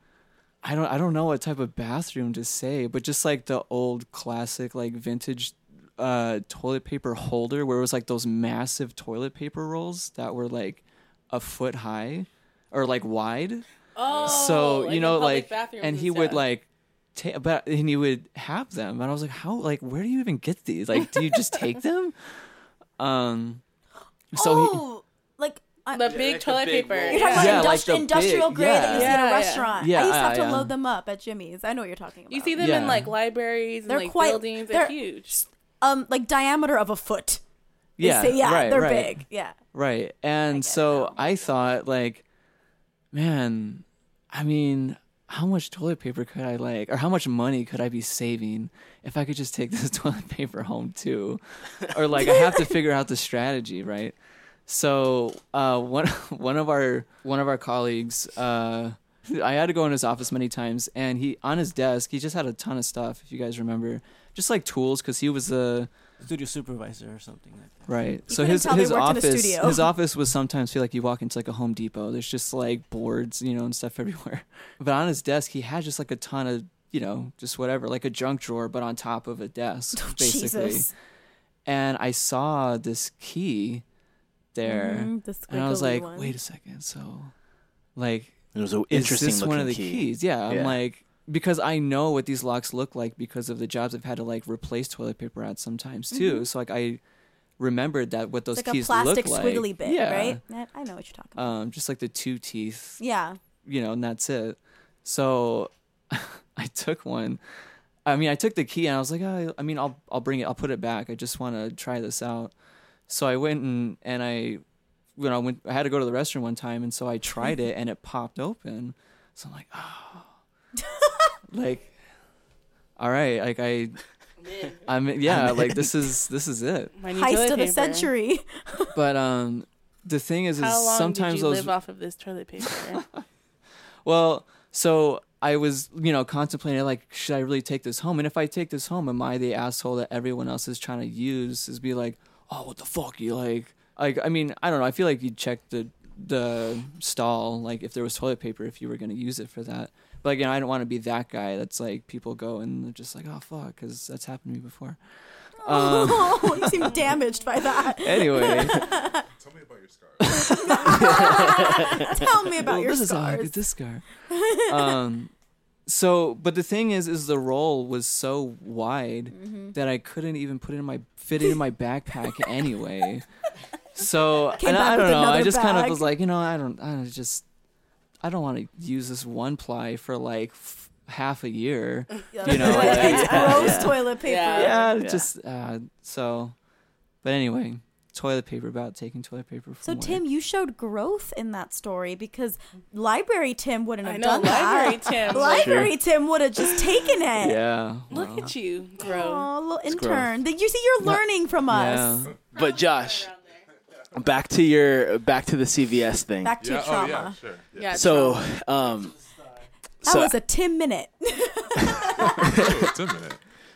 S5: I don't I don't know what type of bathroom to say, but just like the old classic like vintage uh toilet paper holder where it was like those massive toilet paper rolls that were like a foot high or like wide.
S2: Oh,
S5: so
S2: like
S5: you
S2: in
S5: know
S2: public
S5: like
S2: bathrooms
S5: and
S2: and
S5: he would
S2: stuff.
S5: like take but and he would have them and I was like how like where do you even get these? Like do you just take them? Um so he-
S3: oh, like I-
S2: The big toilet paper.
S3: You're talking about
S5: Yeah,
S3: industri-
S5: like the big-
S3: industrial grade that you see
S2: yeah.
S3: at a
S2: Yeah, yeah.
S3: restaurant.
S5: Yeah, uh,
S3: I used to have to
S5: yeah.
S3: load them up at Jimmy's. I know what you're talking about.
S2: You see them in
S5: Yeah.
S2: like libraries and
S3: They're
S2: like
S3: quite-
S2: buildings.
S3: they're-
S2: They're huge.
S3: um, like diameter of a foot. They
S5: Yeah,
S3: say- yeah,
S5: right,
S3: they're
S5: right.
S3: big. Yeah.
S5: Right. And so I thought, like, man, I mean, how much toilet paper could I like, or how much money could I be saving if I could just take this toilet paper home too? Or like, I have to figure out the strategy, right? So uh, one one of our one of our colleagues, uh, I had to go in his office many times, and he on his desk he just had a ton of stuff. If you guys remember, just like tools, because he was the
S6: Studio supervisor or something like that.
S5: Right.
S6: You
S5: so
S6: couldn't
S5: his
S6: tell they
S5: his
S6: worked in a
S5: office
S6: studio.
S5: his office was sometimes feel like you walk into like a Home Depot. There's just like boards, you know, and stuff everywhere. But on his desk, he had just like a ton of you know just whatever, like a junk drawer, but on top of a desk,
S6: Oh,
S5: basically.
S3: Oh, Jesus.
S5: And I saw this key there,
S6: Mm-hmm.
S3: Mhm, the
S5: and I was
S3: squiggly
S5: like,
S3: one.
S5: wait a second, so like
S1: It was a
S5: is this
S1: interesting
S5: one of the
S1: looking key.
S5: keys? Yeah,
S1: Yeah.
S5: I'm like because I know what these locks look like because of the jobs I've had to like replace toilet paper at sometimes too.
S1: Mm-hmm.
S3: Mhm.
S5: So like I remembered that what those
S3: It's like a
S5: keys
S3: plastic
S5: look
S3: squiggly
S5: like.
S3: bit,
S5: yeah. Uh,
S3: right? That- I know what you're talking
S5: Um, just like the two teeth.
S3: Yeah.
S5: You know, and that's it. So I took one. I mean, I took the key and I was like, oh, I mean, I'll I'll bring it. I'll put it back. I just want to try this out. So I went and and I, you know, I went. I had to go to the restroom one time, and so I tried it, and it popped open. So I'm like, oh, like, all right, like I, I'm yeah, like this is this is it.
S2: My new
S3: Heist
S2: toilet
S3: of the
S2: paper.
S3: century.
S5: But um, the thing is, is
S2: How long
S5: sometimes
S2: did you
S5: those
S2: live off of this toilet paper?
S5: Well, so I was, you know, contemplating like, should I really take this home? And if I take this home, am I the asshole that everyone else is trying to use? Is be like, oh, what the fuck, you like, like, I mean, I don't know. I feel like you check the the stall, like if there was toilet paper, if you were gonna use it for that. But again, I don't want to be that guy that's like people go and they're just like, oh fuck, because that's happened to me before. Um,
S3: oh, you seem damaged by that.
S5: anyway.
S3: Tell me about
S5: Well,
S3: your
S5: this is how I
S3: scars.
S5: did this scar. um, so, but the thing is, is the roll was so wide
S3: Mhm.
S5: that I couldn't even put it in my fit it in my backpack anyway. So,
S3: Came
S5: and
S3: back
S5: I
S3: with
S5: don't know. I
S3: another
S5: just kind of
S3: bag.
S5: was like, you know, I don't, I don't just, I don't want to use this one ply for like f- half a year.
S3: Yeah,
S5: you know,
S3: like,
S5: like-
S3: it's gross toilet paper.
S5: Yeah,
S3: Yeah.
S5: just uh, so. But anyway, toilet paper about taking toilet paper from
S3: So
S5: one-
S3: Tim, you showed growth in that story because library Tim wouldn't have
S2: Mm-hmm. I know,
S3: done
S2: library
S3: that.
S2: Tim.
S3: library
S5: True.
S3: Tim would have just taken it.
S5: Yeah.
S2: Look at you grow.
S3: Oh, little
S1: It's growth.
S3: intern. Did You see, you're learning from us.
S1: But Josh, back to your back to the CVS thing.
S3: Back to your
S4: oh,
S3: trauma.
S2: oh, Yeah,
S1: so, um,
S3: That
S1: so
S3: was a Tim minute.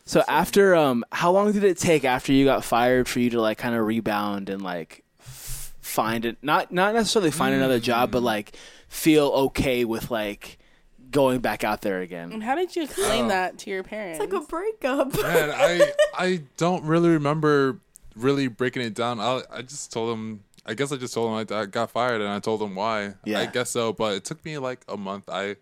S1: so after um, how long did it take after you got fired for you to like kind of rebound and like f- find it? Not not necessarily find another job,
S4: Mm.
S1: but like feel okay with like going back out there again.
S2: And how did you explain
S4: Oh.
S2: that to your parents? It's
S3: like a breakup.
S4: Man, I I don't really remember really breaking it down. I I just told him. I guess I just told him I, I got fired, and I told him why.
S1: Yeah.
S4: I guess so. But it took me like a month. I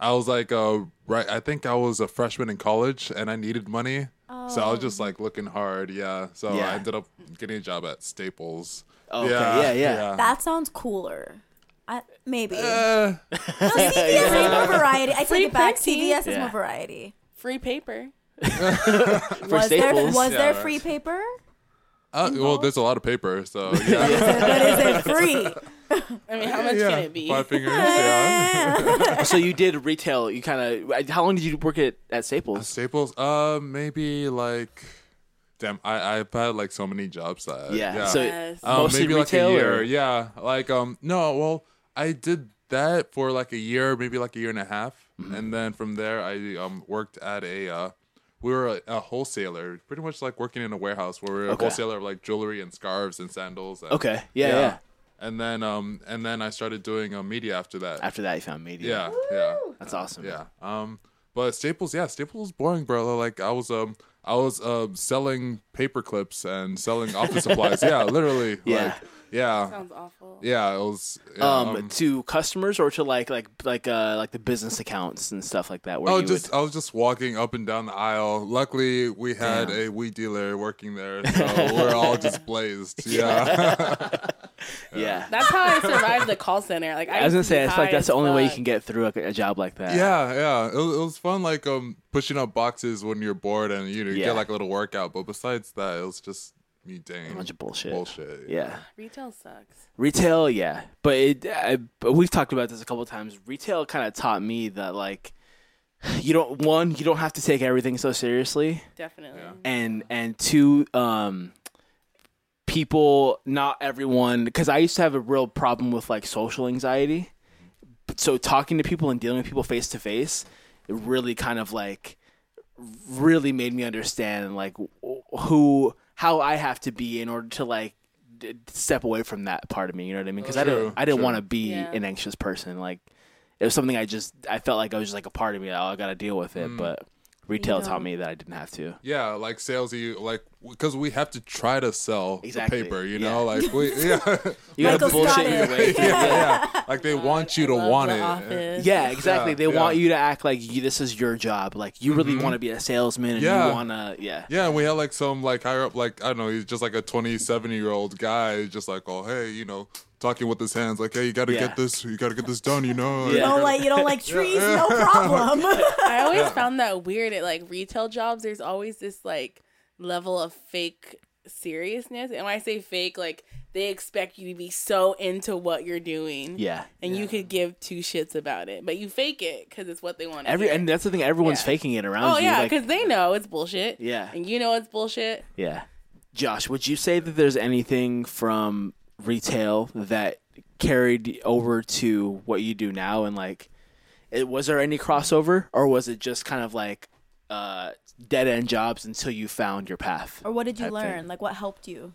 S4: I was like, uh, right. I think I was a freshman in college, and I needed money, so I was just like looking hard. Yeah. So
S1: Yeah.
S4: I ended up getting a job at Staples.
S1: Oh, okay. Yeah, yeah.
S3: That sounds cooler. I, maybe.
S4: no,
S3: CVS is more variety. I
S2: Uh, Free
S3: take it back.
S2: protein.
S3: CVS is
S1: Yeah.
S3: more variety.
S2: Free paper.
S1: For
S3: was there
S1: Staples.
S3: was
S4: Yeah,
S3: there
S4: right.
S3: free paper?
S4: Uh, well, there's a lot of paper, so yeah.
S3: But is it free?
S2: I mean, how much
S4: Yeah,
S2: can it be?
S4: Five fingers. Yeah.
S1: so you did retail. You kind of. How long did you work at, at Staples?
S4: Staples. Uh, maybe like. Damn, I I've had like so many jobs that
S1: Yeah,
S4: yeah. Oh,
S1: so Yes. mostly
S4: maybe like
S1: retail,
S4: a year.
S1: or-
S4: Yeah, like um no, well I did that for like a year, maybe like a year and a half,
S1: Mm-hmm.
S4: and then from there I um worked at a uh we were a, a wholesaler, pretty much like working in a warehouse where we were
S1: Okay.
S4: a wholesaler of like jewelry and scarves and sandals. And,
S1: Okay, yeah, yeah.
S4: And then um and then I started doing uh, media after that.
S1: After that, you found media.
S4: Yeah, yeah.
S1: That's awesome.
S4: Yeah. Um, but Staples, yeah, Staples was boring, bro. Like I was um I was um selling paper clips and selling office supplies. Yeah, literally.
S1: Yeah.
S4: Like, yeah.
S2: Sounds awful.
S4: Yeah, it was yeah,
S1: Um, to customers or to like like like uh like the business accounts and stuff like that. Where
S4: I
S1: you
S4: was Oh, just I was just walking up and down the aisle. Luckily, we had a weed dealer working there, so we're all just blazed. Yeah, uh,
S1: would, yeah.
S2: That's how I survived the call center. Like I,
S1: I was gonna
S2: used to
S1: say,
S2: be
S1: it's like
S2: high
S1: that's the
S2: as
S1: only way you
S2: fuck.
S1: can get through a, a job like that.
S4: yeah, yeah. It, was- it was fun, like um pushing up boxes when you're bored and you know you
S1: Yeah.
S4: get like a little workout. But besides that, it was just me dang a bunch
S1: of bullshit.
S4: Bullshit.
S1: Yeah.
S2: Retail sucks.
S1: Retail, yeah, but it. I, but we've talked about this a couple of times. Retail kind of taught me that like, you don't one, you don't have to take everything so seriously.
S2: Definitely.
S1: and and two um people not everyone because i used to have a real problem with like social anxiety But so talking to people and dealing with people face to face it really kind of like really made me understand like wh- who how i have to be in order to like d- step away from that part of me you know what i mean because i
S4: True,
S1: didn't i didn't
S4: true.
S1: want to be
S2: Yeah.
S1: an anxious person like it was something i just i felt like i was just like a part of me oh, i gotta deal with
S4: Mm.
S1: it but retail taught me that i didn't have to
S4: Yeah, like sales, you like because we have to try to sell
S1: Exactly,
S4: the paper, you
S1: yeah.
S4: know, like we yeah.
S1: You gotta Michael bullshit Scott your it. way through
S4: yeah,
S1: it.
S4: yeah. Like they want you to want it.
S1: Yeah, exactly. they
S4: yeah.
S1: want you to act like you, this is your job. Like you really
S4: Mhm.
S1: want to be a salesman and
S4: Yeah.
S1: you want to, yeah.
S4: Yeah, and we had like some like higher up, like I don't know, he's just like a twenty-seven year old guy, just like, oh hey, you know, talking with his hands, like hey, you gotta
S1: Yeah.
S4: get this, you gotta get this done, you know.
S1: You
S3: don't like you don't like trees, no problem.
S2: I always found that weird at like retail jobs. There's always this like level of fake seriousness, and when I say fake, like they expect you to be so into what you're doing,
S1: Yeah.
S2: and you could give two shits about it, but you fake it because it's what they want.
S1: Every and that's the thing. Everyone's faking it around
S2: oh
S1: you.
S2: yeah,
S1: like-
S2: because they know it's bullshit.
S1: Yeah.
S2: and you know it's bullshit.
S1: yeah. Josh, would you say that there's anything from retail that carried over to what you do now? And like, it, was there any crossover, or was it just kind of like uh, dead end jobs until you found your path?
S3: or what did you
S1: Type thing.
S3: learn? Like what helped you?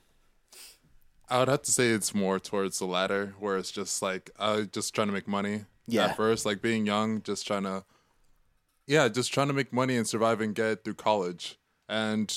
S4: I would have to say it's more towards the latter, where it's just like uh, just trying to make money.
S1: Yeah.
S4: At first, like being young, just trying to, yeah, just trying to make money and survive and get through college. And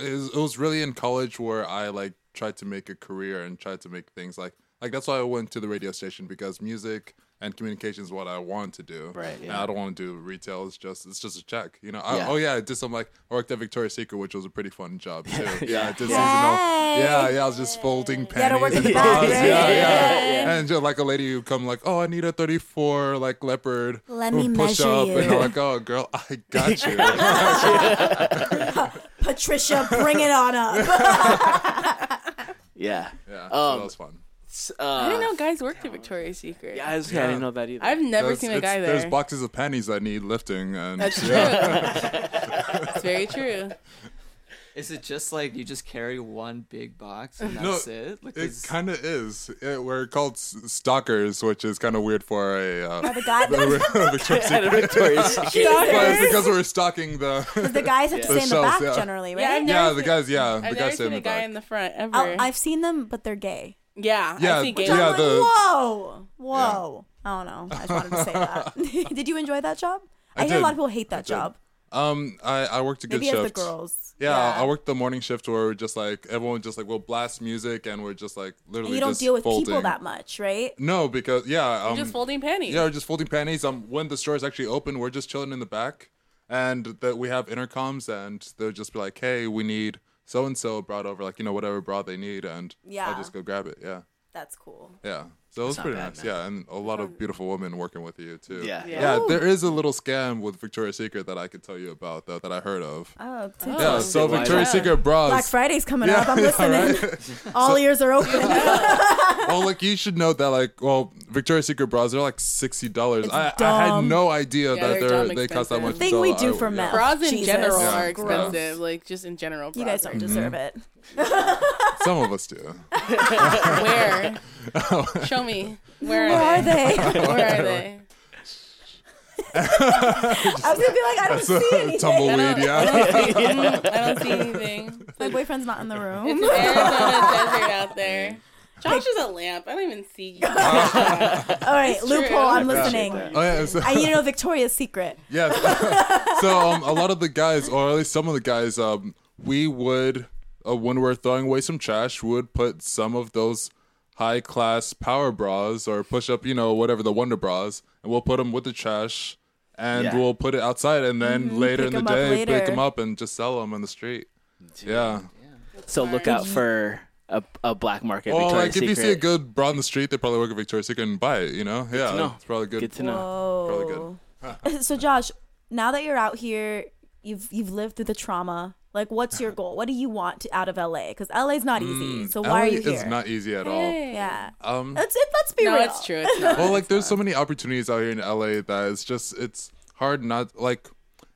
S4: it was, it was really in college where I like tried to make a career and tried to make things like like that's why I went to the radio station because music and communication is what I want to do.
S1: Right,
S4: And
S1: yeah.
S4: I don't want to do retail. It's just it's just a check. You know. I,
S1: Yeah.
S4: Oh yeah, I did some like I worked at Victoria's Secret, which was a pretty fun job too. yeah. I did
S3: Yeah.
S4: seasonal.
S3: Yay.
S4: Yeah. Yeah. I was just folding
S3: You gotta work
S4: panties
S3: in the
S4: and
S3: back,
S4: bras,
S3: right?
S4: Yeah,
S3: Yeah.
S4: yeah. And just like a lady who come like, oh, I need a 34 like leopard.
S3: Let
S4: who
S3: me
S4: push
S3: measure
S4: up,
S3: you.
S4: And I'm like, oh, girl, I got you.
S3: Oh Patricia, bring it on up.
S1: Yeah.
S4: Yeah, so
S1: Um,
S4: that was fun.
S1: s-
S2: I
S1: uh,
S2: didn't know guys worked at Victoria's Secret.
S1: Yeah, I was- yeah, I didn't know that either.
S2: I've never
S4: There's-
S2: seen a
S4: it's-
S2: guy
S4: There's
S2: there.
S4: boxes of panties that need lifting, and
S2: That's true. it's very true.
S5: Is it just like you just carry one big box and
S4: No,
S5: that's it? Like,
S4: it
S5: is-
S4: kind of is. It- we're called s- stalkers, which is kind of weird for a. Uh,
S3: Are the guy-
S4: Victoria's
S3: At a
S4: Secret.
S3: Victoria's
S4: But
S3: Secret.
S4: it's
S3: Stalkers.
S4: because we're stalking the.
S3: the guys have to stay in the
S4: shelves,
S3: back
S4: yeah.
S3: generally, right?
S2: Yeah, I've never
S4: Yeah,
S2: seen-
S4: the guys. Yeah,
S2: I've
S4: the
S2: never
S4: guys stay in
S2: seen
S4: the
S2: a guy
S4: back.
S2: in the front
S1: Oh,
S2: ever.
S3: I'll- I've seen them, but they're gay.
S2: yeah,
S4: Yeah,
S2: I've seen
S4: but
S2: gay.
S4: yeah,
S2: guys.
S4: the-
S3: Whoa, whoa. I don't know. I just wanted to say that. did you enjoy that job? I,
S4: I
S3: hear a lot
S4: did.
S3: of people hate that job.
S4: Um, I, I worked a good
S3: Maybe as
S4: shift.
S3: the girls.
S4: Yeah, I worked the morning shift where we're just like everyone just like will blast music and we're just like literally.
S3: And you don't
S4: just
S3: deal with people
S4: folding.
S3: that much, right?
S4: No, because yeah, um,
S2: just folding panties.
S4: Yeah, we're just folding panties. Um, when the store is actually open, we're just chilling in the back, and that we have intercoms, and they'll just be like, "Hey, we need so and so brought over, like you know whatever bra they need," and
S3: Yeah.
S4: I just go grab it. Yeah,
S3: That's cool.
S4: yeah. So it
S3: That's
S4: was
S3: not
S4: pretty
S3: bad,
S4: nice. Yeah, and a lot of beautiful women working with you too.
S1: Yeah.
S4: yeah.
S1: Yeah.
S3: Ooh.
S4: there is a little scam with Victoria's Secret that I could tell you about though that I heard of.
S3: Oh, t-
S4: Yeah, so Victoria's Secret bras.
S3: Black Friday's coming
S4: Yeah,
S3: up. I'm
S4: yeah,
S3: listening. All ears are open.
S4: well, like you should know that, like, well, Victoria's Secret bras are like sixty dollars. I, I had
S3: dumb.
S4: no idea
S2: Yeah,
S4: that
S2: they're
S4: they're,
S2: dumb
S4: they cost that
S2: expensive.
S4: much.
S2: The thing
S3: we
S4: until
S3: do
S4: I-
S3: for men.
S2: Bras in
S3: Jesus.
S2: general
S4: Yeah,
S2: are
S4: gross.
S2: expensive. Like just in general,
S3: You
S2: bras
S3: guys
S2: are
S3: don't deserve
S4: Mm-hmm.
S3: it.
S4: Some of us do.
S2: Where?
S4: Oh.
S2: Show me. Where are they? Where are they?
S3: I was gonna be like, I
S4: That's
S3: don't see
S4: a
S3: anything.
S4: tumbleweed, yeah.
S2: I don't see anything.
S3: My boyfriend's not in the room.
S2: It's an Arizona desert out there. Josh is a lamp. I don't even see you.
S3: All right,
S2: It's true.
S3: loophole. I'm
S4: Appreciate
S3: listening.
S4: that. Oh, yeah, so-
S3: I need to know Victoria's Secret.
S4: Yes. so um, a lot of the guys, or at least some of the guys, um, we would, uh, when we're throwing away some trash, we would put some of those high class power bras or push up, you know, whatever the Wonder bras, and we'll put them with the trash, and
S1: Yeah.
S4: we'll put it outside, and then later
S1: pick
S4: in the
S1: 'em up
S4: day, pick 'em pick
S1: later.
S4: them up and just sell them on the street. yeah.
S1: So look out for a, a black market.
S4: Well, like
S1: Victoria's
S4: if you see a
S1: Secret.
S4: good bra on the street, they probably work at Victoria's Secret and buy it. You know, yeah,
S1: to know.
S4: it's probably good.
S1: Good to know.
S2: Oh.
S4: Probably good.
S3: so, Josh, now that you're out here, you've you've lived through the trauma. Like, what's your goal? What do you want to, out of LA? Because LA's not easy.
S4: Mm,
S3: So why are
S4: LA
S3: you here?
S4: It's not easy at
S3: Yeah.
S4: all. Um,
S3: Let's it, let's be
S2: No,
S3: real.
S2: it's true. It's not.
S4: well, like there's so many opportunities out here in LA that it's just it's hard not like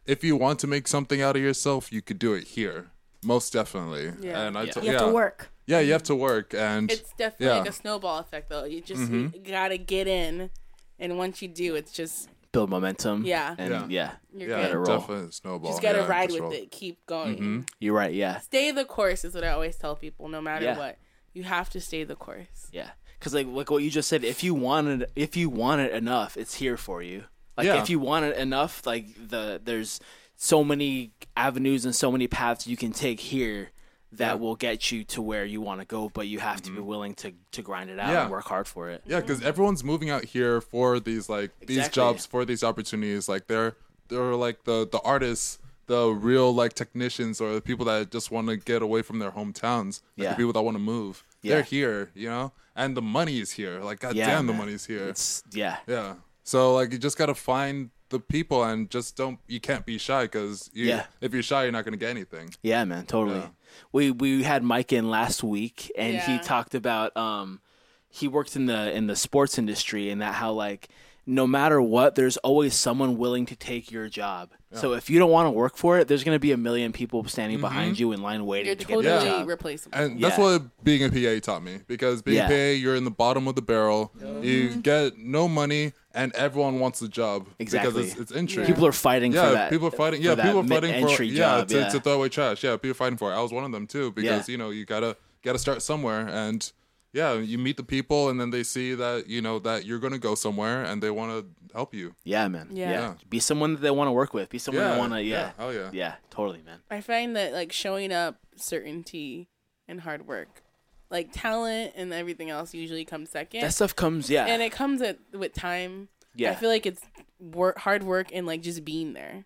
S4: if you want to make something out of yourself, you could do it here, most definitely.
S2: Yeah.
S4: And I
S2: Yeah.
S4: t-
S2: You have to
S4: yeah.
S3: work.
S4: Yeah, you have to work, and
S2: It's definitely
S4: yeah.
S2: like a snowball effect, though. You just
S4: Mhm.
S2: you gotta get in, and once you do, it's just
S1: Build momentum.
S2: Yeah.
S1: And yeah.
S2: You're
S1: yeah.
S2: good.
S1: Gotta roll.
S4: definitely snowball.
S2: just gotta
S4: yeah,
S2: ride
S4: just
S2: with
S4: roll.
S2: it. Keep going.
S4: Mhm.
S1: You're right. Yeah.
S2: Stay the course is what I always tell people. No matter
S1: Yeah.
S2: what, you have to stay the course.
S1: Yeah. Because like like what you just said, if you wanted if you want it enough, it's here for you. Like
S2: Yeah.
S1: if you want it enough, like the there's so many avenues and so many paths you can take here that will get you to where you want to go, but you have to be willing to to grind it out
S4: Mm-hmm. Yeah.
S1: and work hard for it.
S4: Yeah, because everyone's moving out here for these like these
S1: Exactly.
S4: jobs for these opportunities. Like they're they're like the the artists, the real like technicians, or the people that just want to get away from their hometowns. Like
S1: Yeah.
S4: the people that want to move.
S1: Yeah.
S4: They're here, you know, and the money is here. Like goddamn,
S1: Yeah,
S4: the
S1: man.
S4: money's here.
S1: It's yeah.
S4: yeah. So like you just gotta find the people and just don't you can't be shy because
S1: Yeah.
S4: if you're shy you're not gonna get anything.
S1: Yeah, man, totally.
S4: Yeah.
S1: We we had Mike in last week, and he
S4: Yeah.
S1: talked about um, he worked in the in the sports industry, and that how like no matter what, there's always someone willing to take your job. So if you don't want to work for it, there's gonna be a million people standing
S4: Mm-hmm.
S1: behind you in line waiting
S2: You're
S1: to get the
S2: totally
S1: job.
S2: replaceable.
S4: And that's
S1: Yeah.
S4: what being a PA taught me because being
S1: Yeah.
S4: a PA, you're in the bottom of the barrel. You
S1: Mhm.
S4: get no money, and everyone wants the job
S1: Exactly.
S4: because it's, it's entry.
S1: Yeah. People are fighting for
S4: yeah,
S1: that-
S4: People are fighting.
S1: for
S4: Yeah,
S1: that
S4: people are
S1: mid-
S4: fighting for
S1: entry
S4: yeah,
S1: job,
S4: to,
S1: yeah.
S4: to throw away trash. Yeah, people are fighting for it. I was one of them too because
S1: Yeah.
S4: you know you gotta gotta start somewhere, and yeah, you meet the people, and then they see that you know that you're gonna go somewhere, and they want to help you.
S1: Yeah, man.
S2: Yeah.
S1: Yeah. Be someone that they want to work with. Be someone
S4: Yeah,
S1: they want to.
S4: yeah,
S1: Yeah.
S4: hell yeah.
S1: Yeah. Totally, man.
S2: I find that like showing up, certainty, and hard work, like talent and everything else, usually comes second.
S1: That stuff comes. Yeah.
S2: and it comes at, with time.
S1: Yeah.
S2: I feel like it's work, hard work and like just being there,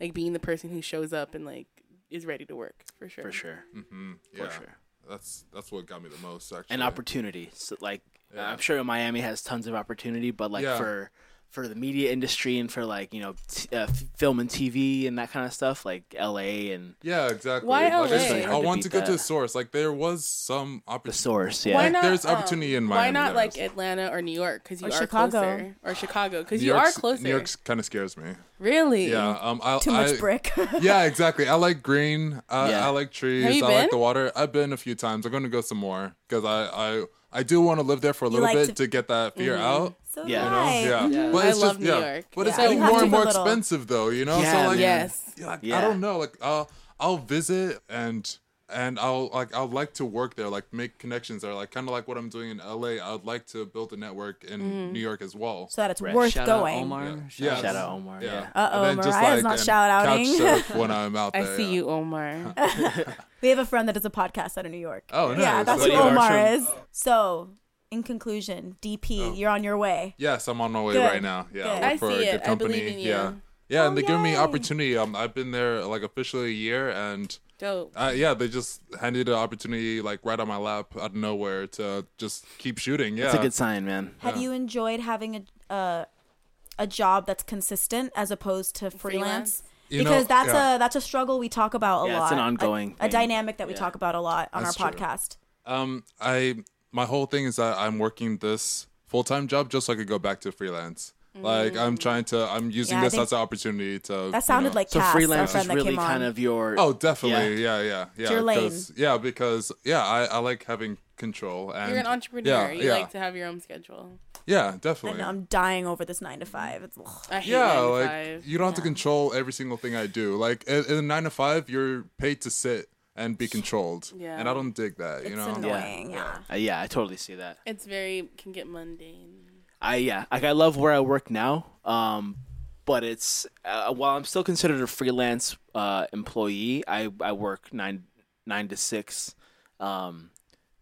S2: like being the person who shows up and like is ready to work for sure.
S1: for sure.
S4: Mm-hmm.
S1: For
S4: Yeah.
S1: sure.
S4: That's that's what got me the most actually.
S1: an opportunity. So like
S4: Yeah.
S1: I'm sure Miami has tons of opportunity, but like
S4: Yeah.
S1: for for the media industry and for like you know t- uh, f- film and TV and that kind of stuff, like L.A. and
S4: Yeah, exactly.
S1: Why
S4: Like,
S1: LA? It's really
S4: I
S1: hard to
S4: want
S1: beat
S4: to go to
S1: that.
S4: the source. Like there was some opportunity. The
S1: source, yeah.
S2: Why
S4: Like,
S2: not?
S4: there's
S2: um,
S4: opportunity in
S2: Why
S4: Miami.
S2: not
S4: there.
S2: like Atlanta or New York? Because you
S3: Or
S2: are
S3: Chicago.
S2: closer. Or Chicago, because
S4: New
S2: you are
S4: York's-
S2: closer.
S4: New York's kind of scares me.
S2: Really?
S4: Yeah. Um. I,
S2: Too much
S4: I-
S2: brick.
S4: yeah, exactly. I like green. I, I like trees.
S2: Have
S4: I
S2: you
S4: like
S2: been?
S4: the water. I've been a few times. I'm going to go some more because I, I I do want to live there for a little
S3: like
S4: bit
S3: to-
S4: to... get that fear
S3: Mhm.
S4: out.
S3: So
S4: You
S3: do
S4: know?
S3: I.
S4: Yeah.
S3: Mhm.
S4: But
S3: I
S4: it's
S3: love
S4: just,
S3: New
S4: yeah.
S3: York.
S4: But it's
S3: Yeah.
S4: getting
S3: You have
S4: more
S3: to
S4: and
S3: go
S4: more
S3: little.
S4: expensive though. You know.
S1: Yeah,
S4: so like,
S1: Yes.
S4: yeah, like, I
S1: Yeah.
S4: don't know. Like I'll I'll visit and. And I'll like I'll like to work there, like make connections there, like kind of like what I'm doing in LA. I'd like to build a network in
S3: Mhm.
S4: New York as well.
S3: So that it's Right. worth Shout out going. Omar.
S4: Yeah.
S3: Shout
S4: Yes.
S3: out- Shout out Omar, yeah.
S4: And
S3: Uh-oh,
S4: then just,
S3: Mariah's not
S4: and
S3: shout-outing.
S4: couch surf when I'm out
S2: I
S4: there.
S2: see
S4: yeah.
S2: you, Omar.
S3: We have a friend that does a podcast out of New York.
S4: Oh,
S3: Yeah,
S4: nice.
S3: that's
S4: What do
S3: who
S4: you learn
S3: Omar
S4: from-
S3: is. So, in conclusion, DP,
S4: Oh.
S3: you're on your way.
S4: Yes, I'm on my way
S3: Good.
S4: right now. Yeah,
S3: Good.
S4: I
S3: I
S4: work for
S3: see
S4: a
S3: it.
S4: good
S3: I believe
S4: company.
S3: in you. Oh,
S4: Yeah. Yeah, and they give me opportunity. Um, I've been there like officially a year, and
S2: Dope.
S4: uh, yeah, they just handed an opportunity like right on my lap out of nowhere to just keep shooting. Yeah,
S1: That's a good sign, man.
S3: Have you enjoyed having a uh, a job that's consistent as oped to freelance?
S1: You know,
S3: because that's
S1: yeah.
S3: a that's a struggle we talk about a
S1: Yeah,
S3: lot.
S1: it's an
S3: A-
S1: ongoing
S3: a,
S1: thing.
S3: dynamic that we talk about a lot on
S4: That's
S3: our
S4: true.
S3: podcast.
S4: Um, I my whole thing is that I'm working this full time job just so I could go back to freelance. Like I'm trying to, I'm using
S3: Mm. Yeah, I
S4: this
S3: think-
S4: as an opportunity to.
S3: That sounded
S4: you know.
S3: like So Cass, our freelance friend is that really came on. kind
S1: of your-
S4: Oh, definitely, yeah, yeah, yeah.
S3: It's your lane.
S4: 'cause- yeah, because yeah, I, I like having control. And
S2: You're an entrepreneur.
S4: Yeah,
S2: you
S4: yeah,
S2: like to have your own schedule.
S4: yeah,
S3: I
S4: definitely.
S3: know, I'm dying over this nine to five. It's, ugh.
S2: I hate
S4: yeah,
S2: nine to
S4: like
S2: five.
S4: you don't have to control every single thing I do. Like in, in a nine to five, you're paid to sit and be controlled.
S2: Yeah.
S4: And I don't dig that. You
S2: It's
S4: know.
S2: annoying, yeah.
S1: Uh, yeah, I totally see that.
S2: It's very can get mundane.
S1: I yeah, like I love where I work now. Um, but it's uh, while I'm still considered a freelance uh, employee, I, I work nine nine to six, um,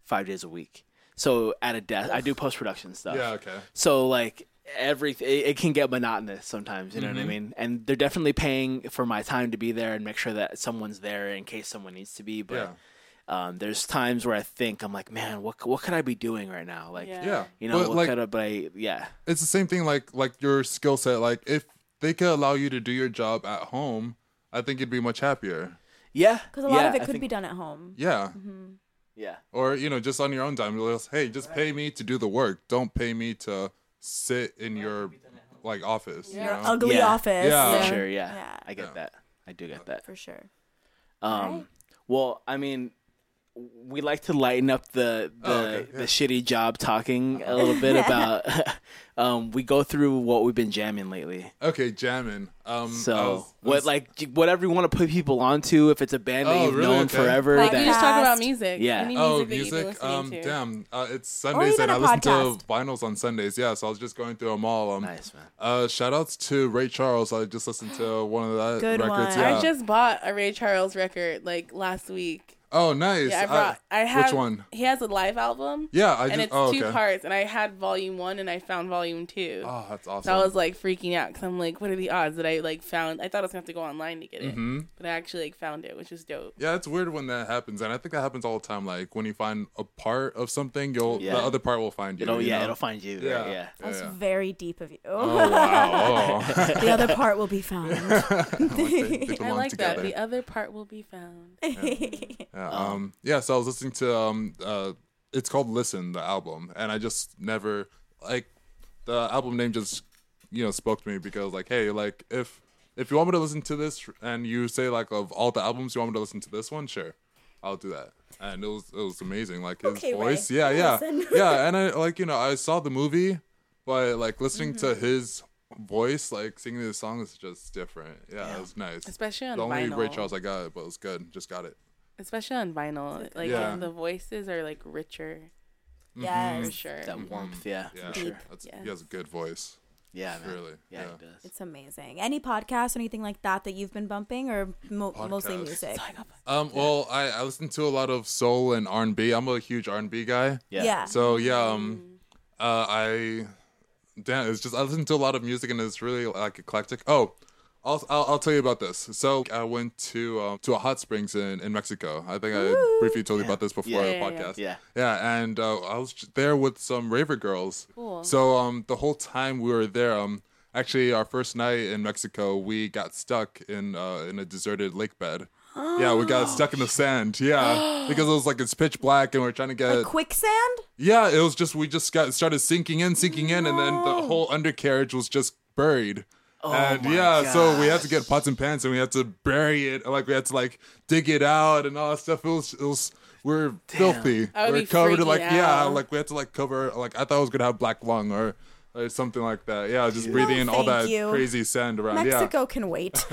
S1: five days a week. So at a desk, I do post production stuff.
S4: Yeah, okay.
S1: So like everything, it, it can get monotonous sometimes. You know what I
S4: Mhm.
S1: mean? And they're definitely paying for my time to be there and make sure that someone's there in case someone needs to be. But
S4: Yeah.
S1: um, there's times where I think I'm like, man, what what could I be doing right now? Like,
S4: Yeah. Yeah.
S1: you know,
S4: But,
S1: what
S4: like-
S1: could I? But I, yeah.
S4: it's the same thing like like your skill set like if they could allow you to do your job at home i think you'd be much happier
S1: yeah
S3: Because a lot of it could be done at home.
S4: yeah
S3: hmm
S1: yeah
S4: or you know just on your own time just, hey just pay me to do the work don't pay me to sit in your like office you
S3: Your
S4: know?
S3: ugly Yeah. office.
S4: yeah
S1: For sure, yeah. I get that. I do get that.
S3: For sure.
S1: Um,
S3: Right.
S1: Well, I mean, we like to lighten up the the,
S4: okay,
S1: the shitty job talking a little bit about. um, we go through what we've been jamming lately.
S4: okay jamming um
S1: So
S4: I was- I
S1: what,
S4: was-
S1: like j- whatever you want to put people onto, if it's a band that
S4: Oh,
S1: you've
S4: really?
S1: known
S4: Okay.
S1: forever,
S2: Like,
S1: that,
S2: we just talk about music.
S1: Yeah.
S2: Any music
S4: Oh,
S2: that you've been
S4: music!
S2: listening
S4: Um,
S2: to.
S4: damn, uh, it's Sundays
S2: even
S4: and
S2: a
S4: I listen
S2: podcast.
S4: to vinyls on Sundays. Yeah, so I was just going through them all. Um,
S1: nice man.
S4: Uh, shout outs to Ray Charles. I just listened to one of that
S3: Good
S4: records.
S3: one.
S4: Yeah.
S2: I just bought a Ray Charles record like last week.
S4: Oh, nice.
S2: Yeah, I brought. I, have.
S4: Which one?
S2: He has a live album.
S4: Yeah, I
S2: and
S4: just-
S2: it's
S4: oh,
S2: two
S4: okay.
S2: parts, and I had volume one, and I found volume two.
S4: Oh, that's
S2: So I
S4: awesome.
S2: was like freaking out because I'm like, what are the odds that I like found? I thought I was gonna have to go online to get it,
S4: Mhm.
S2: but I actually like found it, which is dope.
S4: Yeah, it's weird when that happens, and I think that happens all the time. Like when you find a part of something, you'll
S1: Yeah.
S4: the other part will find you.
S1: It'll-
S4: you
S1: yeah,
S4: know?
S1: it'll find you, right, yeah.
S3: That's very deep of you.
S4: Oh, wow. Oh.
S3: the other part will be found.
S2: I like that. The other part will be found.
S4: Yeah, um, yeah. So I was listening to um, uh, it's called Listen, the album, and I just never like the album name just you know spoke to me because like hey like if if you want me to listen to this and you say like of all the albums you want me to listen to this one sure I'll do that and it was it was amazing like his
S8: Okay, Ray,
S4: voice yeah
S8: I'll
S4: yeah
S8: listen.
S4: yeah and I like you know I saw the movie but like listening to his voice like singing the song is just different yeah, it was nice
S2: Especially on
S4: the only Ray
S2: vinyl.
S4: Charles I got it but it was good just got it.
S2: Especially on vinyl, like
S4: Yeah.
S2: the voices are like richer.
S3: Yes.
S2: for sure.
S1: That warmth, yeah,
S4: Yeah,
S1: for sure.
S4: That's,
S2: Yeah.
S4: He has a good voice.
S1: Yeah, man.
S4: really.
S1: Yeah, he
S4: does.
S3: It's amazing. Any podcast or anything like that that you've been bumping, or mo- mostly
S4: Podcast.
S3: music?
S4: Um, well, I, I listen to a lot of soul and R and B. I'm a huge R and B guy.
S3: Yeah.
S1: Ah.
S3: Yeah.
S4: So yeah, um, uh, I damn, it's just I listen to a lot of music and it's really like eclectic. Oh, I'll I'll, I'll tell you about this. So I went to um, to a hot springs in, in Mexico. I think I briefly told you about this before
S1: Yeah,
S4: the
S1: yeah, yeah.
S4: podcast.
S1: Yeah.
S4: Yeah, and uh, I was j- there with some raver girls.
S1: Cool.
S4: So um, the whole time we were there, um, Actually, our first night in Mexico, we got stuck in uh, in a deserted lake bed. Yeah, we got stuck in the sand. Yeah, because it was like it's pitch black and we are trying to get
S3: Quicksand?
S4: yeah, it was just we just got started sinking in, sinking in, and then the whole undercarriage was just buried.
S2: Oh
S4: and yeah, so we had to get pots and pans, and we had to bury it. Like we had to like dig it out and all that stuff. It was, it was we're filthy.
S2: I would
S4: we're
S2: be
S4: covered in,
S2: freaking
S4: like yeah,
S2: out.
S4: like we had to like cover. Like I thought I was gonna have black lung or. Or something like that. Yeah, just breathing in all
S3: thank
S4: that
S3: you.
S4: crazy sand around. Yeah.
S3: Mexico can wait.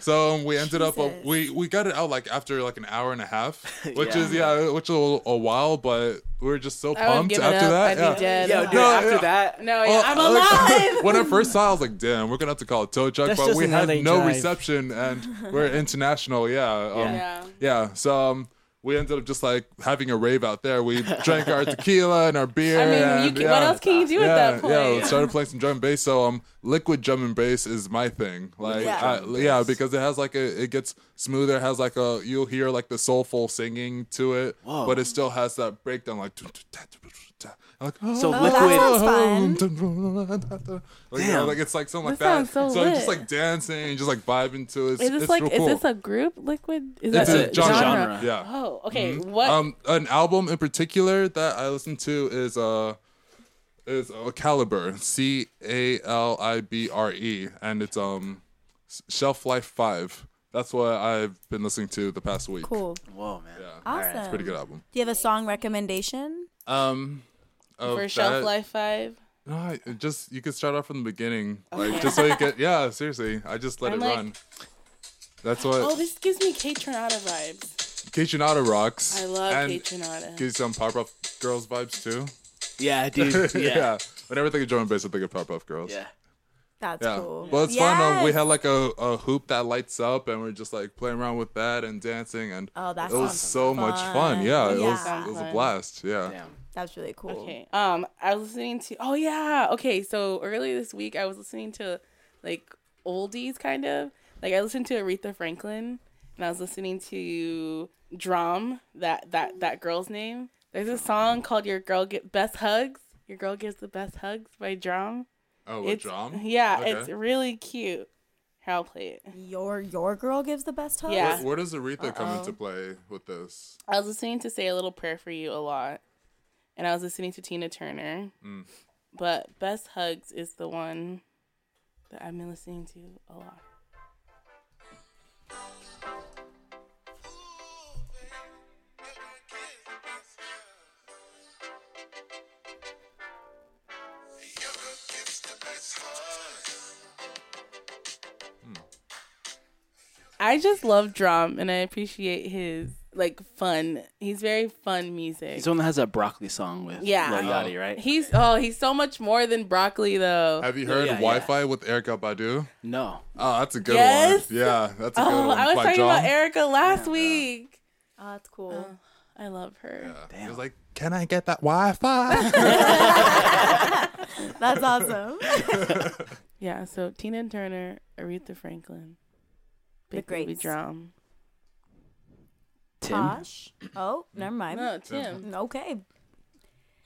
S4: So um, we ended up uh, we we got it out like after like an hour and a half, which
S1: Yeah.
S4: is yeah, which was a while, but we were just so
S2: I would
S4: pumped
S2: give it
S4: after
S2: up.
S4: that.
S2: I'd be
S4: yeah.
S2: dead.
S1: Yo, dude, after
S4: yeah.
S1: that-
S2: No, yeah,
S4: Oh,
S2: I'm
S4: I
S2: alive.
S4: was- when I first saw, it, I was like, "Damn, we're gonna have to call a tow truck,"
S6: That's
S4: but
S6: just
S4: we
S6: an
S4: had
S6: LA
S4: no
S6: drive.
S4: reception and we're international. Yeah, um,
S2: Yeah.
S4: yeah, So um, we ended up just like having a rave out there. We drank our tequila and our beer.
S2: I mean, you
S4: and,
S2: can-
S4: yeah,
S2: what else can you do at
S4: yeah,
S2: that
S4: Yeah,
S2: point?
S4: we started playing some drum and bass. So um, liquid drum and bass is my thing. Like,
S2: Yeah.
S4: I- yeah, because it has like a, it gets smoother. It has like a, you'll hear like the soulful singing to it,
S1: Whoa.
S4: but it still has that breakdown like. dun, dun, dun, dun, dun, dun. Like,
S1: So
S4: oh,
S1: Liquid- That sounds
S4: oh,
S1: fun.
S4: dun, dun, dun, dun, dun. Like, yeah,
S1: Damn.
S4: like it's like something
S2: That
S4: like that.
S2: sounds so
S4: I'm just
S2: lit.
S4: like dancing and just like vibing to it. It's,
S2: Is this
S4: it's
S2: like
S4: real
S2: is
S4: cool.
S2: this a group liquid? Is
S4: It's
S2: that
S4: a genre, genre, yeah.
S2: Oh, okay.
S4: Mhm.
S2: What?
S4: Um, an album in particular that I listen to is uh is uh, Caliber, C A L I B R E, and it's um S- Shelf Life Five. That's what I've been listening to the past week.
S3: cool.
S1: Whoa, man.
S4: Yeah.
S3: Awesome.
S4: It's a pretty good album.
S3: Do you have a song recommendation?
S4: Um, of
S2: for shelf
S4: that-
S2: life five.
S4: No, I, it just you could start off from the beginning, like just so you get. Yeah, seriously, I just let
S2: Oh. I'm
S4: it
S2: like-
S4: run. That's what.
S2: Oh, this gives me Kate Renata vibes.
S4: Kitchenada rocks.
S2: I love
S4: and
S2: Kate Renata.
S4: Gives some Pop Up Girls vibes too.
S1: Yeah, dude. Yeah.
S4: Whenever I think of drum and bass, I think of Pop Up Girls.
S1: Yeah.
S3: That's
S4: yeah.
S3: cool.
S4: Well, it's fun. Um, we had like a, a hoop that lights up, and we're just like playing around with that and dancing, and
S3: Oh, that
S4: it was
S3: sounds
S4: so much
S3: fun.
S4: fun. Yeah, it
S3: Yeah.
S4: was it was a blast. Yeah.
S3: That's really cool.
S2: Okay. Um, I was listening to. Oh yeah. Okay. So earlier this week, I was listening to like oldies, kind of. Like I listened to Aretha Franklin, and I was listening to Drum. That that that girl's name. There's a song called "Your Girl Get Best Hugs." Your girl gives the best hugs by Drum.
S4: Oh, with
S2: it's,
S4: drum.
S2: Yeah,
S4: Okay.
S2: it's really cute. Here, I'll play it.
S3: Your your girl gives the best Uh, hug.
S2: Yeah.
S4: Where, where does Aretha come
S2: Uh-oh.
S4: into play with this?
S2: I was listening to Say a Little Prayer for You a lot, and I was listening to Tina Turner.
S4: Mm.
S2: But Best Hugs is the one that I've been listening to a lot. I just love drum, and I appreciate his like fun. He's very fun music.
S1: He's the one that has that broccoli song with
S2: Yeah.
S1: Lil Yachty, right?
S2: He's oh, he's so much more than broccoli though.
S4: Have you heard
S1: yeah, yeah.
S4: Wi-Fi with Erica Badu?
S1: No.
S4: Oh, that's a good
S2: Yes.
S4: one. Yeah, that's a good
S2: Oh,
S4: one.
S2: I was
S4: By
S2: talking about
S4: John.
S2: Erica last week.
S3: Oh, that's cool.
S2: I love her.
S4: He was like, "Can I get that Wi-Fi?"
S3: That's awesome.
S2: Yeah, so Tina Turner, Aretha Franklin,
S3: The
S2: Big Baby
S3: greats.
S2: Drum.
S1: Tim.
S3: Tosh. Oh, never mind.
S2: No, Tim.
S3: Okay.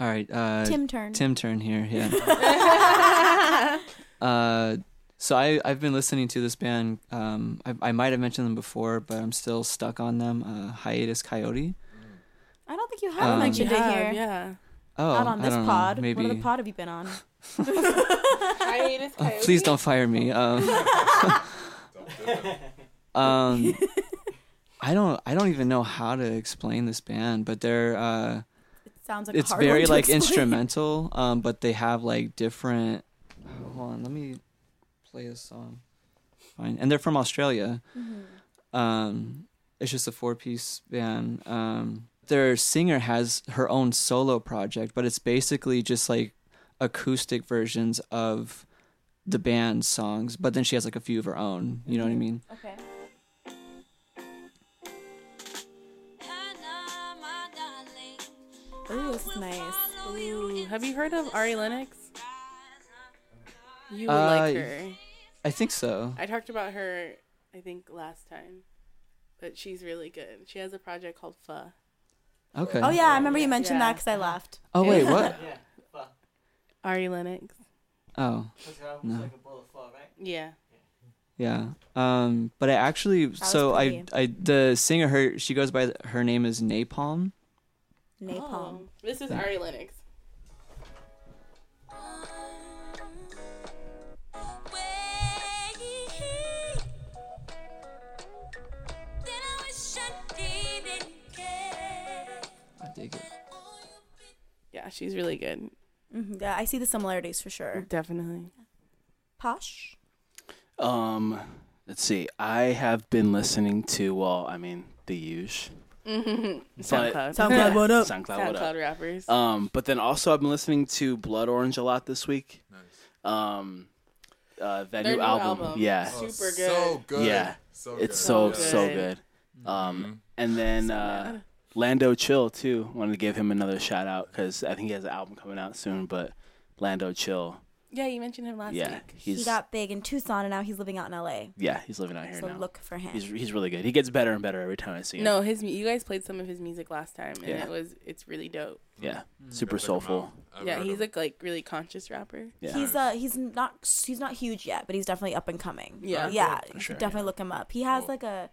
S5: All right. Uh,
S3: Tim Turn.
S5: Tim Turn here. Yeah. uh, so I I've been listening to this band. Um, I, I might have mentioned them before, but I'm still stuck on them. Uh, Hiatus Coyote.
S3: I don't think you
S5: Um,
S3: have mentioned
S2: Yeah,
S3: it here.
S2: yeah.
S5: Oh,
S3: Not on
S5: I
S3: this
S5: don't know,
S3: pod.
S5: Maybe.
S3: What other pod have you been on?
S2: I hate his
S5: Oh, please don't fire me. Um, um, I don't. I don't even know how to explain this band, but they're. Uh,
S3: Sounds like a
S5: it's
S3: hard one
S5: very
S3: to
S5: like
S3: explain.
S5: instrumental, um, but they have like different. Hold on, let me play this song. Fine, and they're from Australia.
S3: Mm-hmm.
S5: Um, it's just a four-piece band. Um, their singer has her own solo project, but it's basically just like acoustic versions of the band's songs. But then she has like a few of her own. You
S3: Mm-hmm.
S5: know what I mean?
S3: Okay. Ooh, this is nice.
S2: Ooh, have you heard of Ari Lennox? You would
S5: Uh,
S2: like her.
S5: I think so.
S2: I talked about her, I think, last time. But she's really good. She has a project called Pho.
S5: Okay.
S3: Oh yeah, I remember you mentioned
S2: Yeah.
S3: that because I laughed.
S5: Oh wait, what?
S2: Ari Lennox.
S5: Oh. No.
S2: Yeah.
S5: Yeah. Um, but I actually, so I, I, the singer, her, she goes by, her name is Napalm.
S2: Napalm.
S3: Oh.
S2: Um, This is Ari Lennox.
S5: I dig it.
S2: Yeah, she's really good.
S3: Mhm, Yeah, I see the similarities for sure.
S2: Definitely.
S3: Mm-hmm. Posh.
S1: Um, let's see. I have been listening to well, I mean, the
S2: SoundCloud.
S1: Huge. But-
S2: Mm-hmm. SoundCloud, what up?
S1: SoundCloud, Oh, what up?
S2: SoundCloud rappers.
S1: Um, but then also I've been listening to Blood Orange a lot this week. Um, uh, that
S2: Their
S1: new
S2: new
S1: album,
S2: album.
S1: yeah,
S2: Oh, Super so good. good.
S1: yeah,
S2: So
S1: it's so
S2: good.
S1: so
S2: So
S1: good.
S2: good.
S1: Um, and then uh, Lando Chill too. Wanted to give him another shout out because I think he has an album coming out soon. But Lando Chill,
S3: Yeah, you mentioned him last
S1: Yeah,
S3: week.
S1: he's-
S3: He got big in Tucson, and now he's living out in LA.
S1: yeah, he's living out here
S3: so
S1: now.
S3: look for him.
S1: He's he's really good. He gets better and better every time I see him.
S2: No, his mu- you guys played some of his music last time, and
S1: Yeah.
S2: it was it's really dope.
S1: yeah, super soulful.
S2: yeah, he's like like really conscious rapper.
S1: Yeah.
S3: He's uh he's not he's not huge yet, but he's definitely up and coming.
S2: Yeah.
S3: yeah,
S2: For
S3: you
S2: sure,
S3: should definitely look him up. He has like a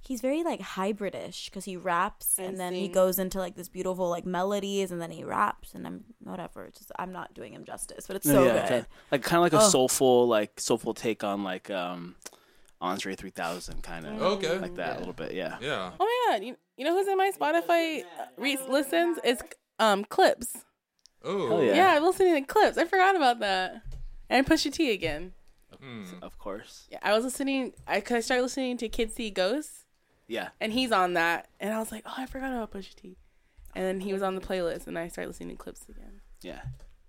S3: he's very like hybridish because he raps and,
S2: And
S3: then he
S2: sings.
S3: goes into like this beautiful like melodies and then he raps and I'm whatever. It's just I'm not doing him justice, but it's
S1: No,
S3: so
S1: yeah,
S3: good.
S1: kinda- like kind of like a
S3: Oh.
S1: soulful, like soulful take on like um, Andre 3000 kind of.
S4: Okay.
S1: Like that a little bit, yeah.
S4: Yeah.
S2: Oh my god, you, you know who's in my Spotify uh, re- listens? It's um clips.
S4: Oh.
S1: yeah.
S2: Yeah, I'm listening to clips. I forgot about that. And Pusha T again.
S1: Of course.
S2: Yeah, I was listening. I cause I started listening to Kids See Ghosts,
S1: Yeah.
S2: and he's on that, and I was like, oh, I forgot about Pusha T. And then he was on the playlist, and I started listening to clips again.
S1: Yeah.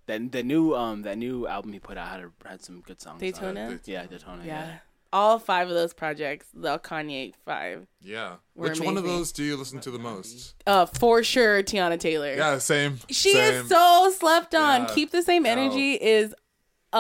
S1: That the new um that new album he put out had, a, had some good songs. on it.
S2: Daytona?
S1: Yeah, Daytona.
S2: Yeah.
S1: Yeah.
S2: All five of those projects, the Kanye five.
S4: Yeah.
S2: were
S4: Which one of
S2: amazing.
S4: those do you listen to the most?
S2: Uh, for sure, Tiana Taylor.
S4: Yeah, same.
S2: She
S4: same.
S2: is so slept on.
S4: Yeah.
S2: Keep the same energy is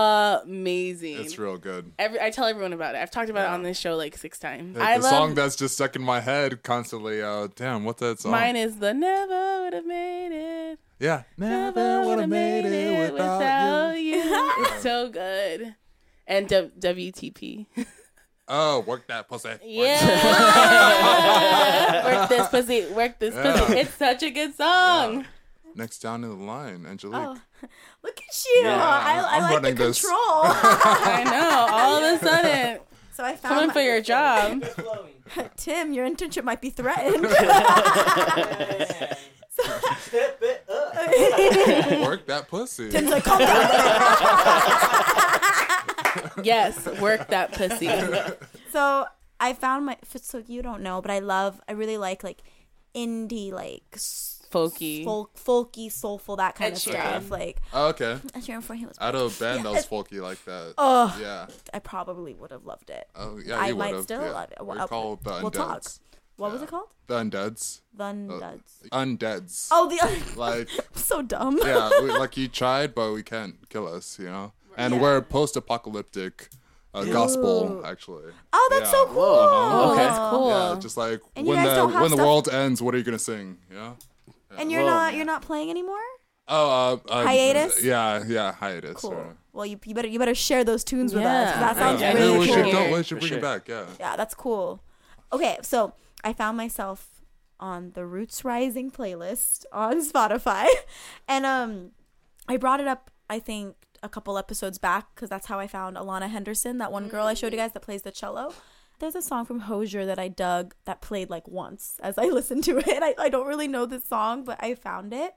S2: amazing.
S4: It's real good.
S2: Every I tell everyone about it. I've talked about it on this show like six times.
S4: Like,
S2: I
S4: the
S2: love
S4: song that's just stuck in my head constantly. Uh, damn, what's that song?
S2: mine is the never would have made it
S4: yeah. Never would have made it
S2: without you. it's so good. And w- WTP.
S4: Oh, work that pussy.
S2: Yeah. work this pussy. Work this pussy.
S4: Yeah.
S2: It's such a good song.
S4: Next down in the line, Angelique.
S3: Oh, look at you!
S4: Yeah,
S3: I, I
S4: I'm
S3: like the
S4: running this.
S3: control.
S2: I know. All of a sudden,
S3: So I found
S2: coming
S3: my-
S2: for your job.
S3: Tim, your internship might be threatened.
S2: Oh.
S4: work that pussy.
S3: Tim's like, calm down.
S2: yes, work that pussy.
S3: so I found my. f- So you don't know, but I love. I really like like indie, like s-
S2: Folky.
S3: folk, folky, soulful, that kind
S2: Ed
S3: of
S2: Sheeran.
S3: stuff. Like
S4: Oh, okay.
S3: Ed Sheeran before he was.
S4: Out of a band that was
S3: Ed-
S4: folky like that.
S3: Oh.
S4: Yeah.
S3: I probably would have loved it.
S4: Oh, yeah,
S3: I
S4: you
S3: might
S4: would've,
S3: still
S4: yeah.
S3: love it.
S4: They're
S3: I'll-
S4: called the Uh,
S3: we'll talk.
S4: Undeads.
S3: What was it called?
S4: The Undeads.
S3: The Undeads.
S4: Undeads.
S3: Oh, the Undeads.
S4: Like,
S3: I'm so dumb.
S4: yeah, we, like you tried, but we can't kill us, you know? And we're post apocalyptic uh, gospel, actually.
S3: Oh, that's so cool.
S2: Oh,
S4: Okay.
S2: that's cool.
S4: Yeah, just like
S3: And you
S4: when
S3: guys
S4: the
S3: don't have
S4: when the
S3: stuff-
S4: world ends, what are you gonna sing? Yeah.
S3: and you're
S4: Whoa,
S3: not
S4: man.
S3: you're not playing anymore.
S4: Oh, uh, uh,
S3: Hiatus?
S4: Yeah, yeah, hiatus. Cool.
S3: Well, you, you better you better share those tunes with us. 'cause
S2: Yeah.
S3: That sounds
S4: Yeah,
S3: really
S4: we
S3: cool.
S4: should go. We
S1: For
S4: should bring
S1: sure.
S4: it back. Yeah.
S3: Yeah, that's cool. Okay, so I found myself on the Roots Rising playlist on Spotify, and um, I brought it up. I think a couple episodes back because that's how I found Alana Henderson, that one girl I showed you
S2: Mm.
S3: guys that plays the cello. There's a song from Hosier that I dug that played like once as I listened to it. I, I don't really know this song, but I found it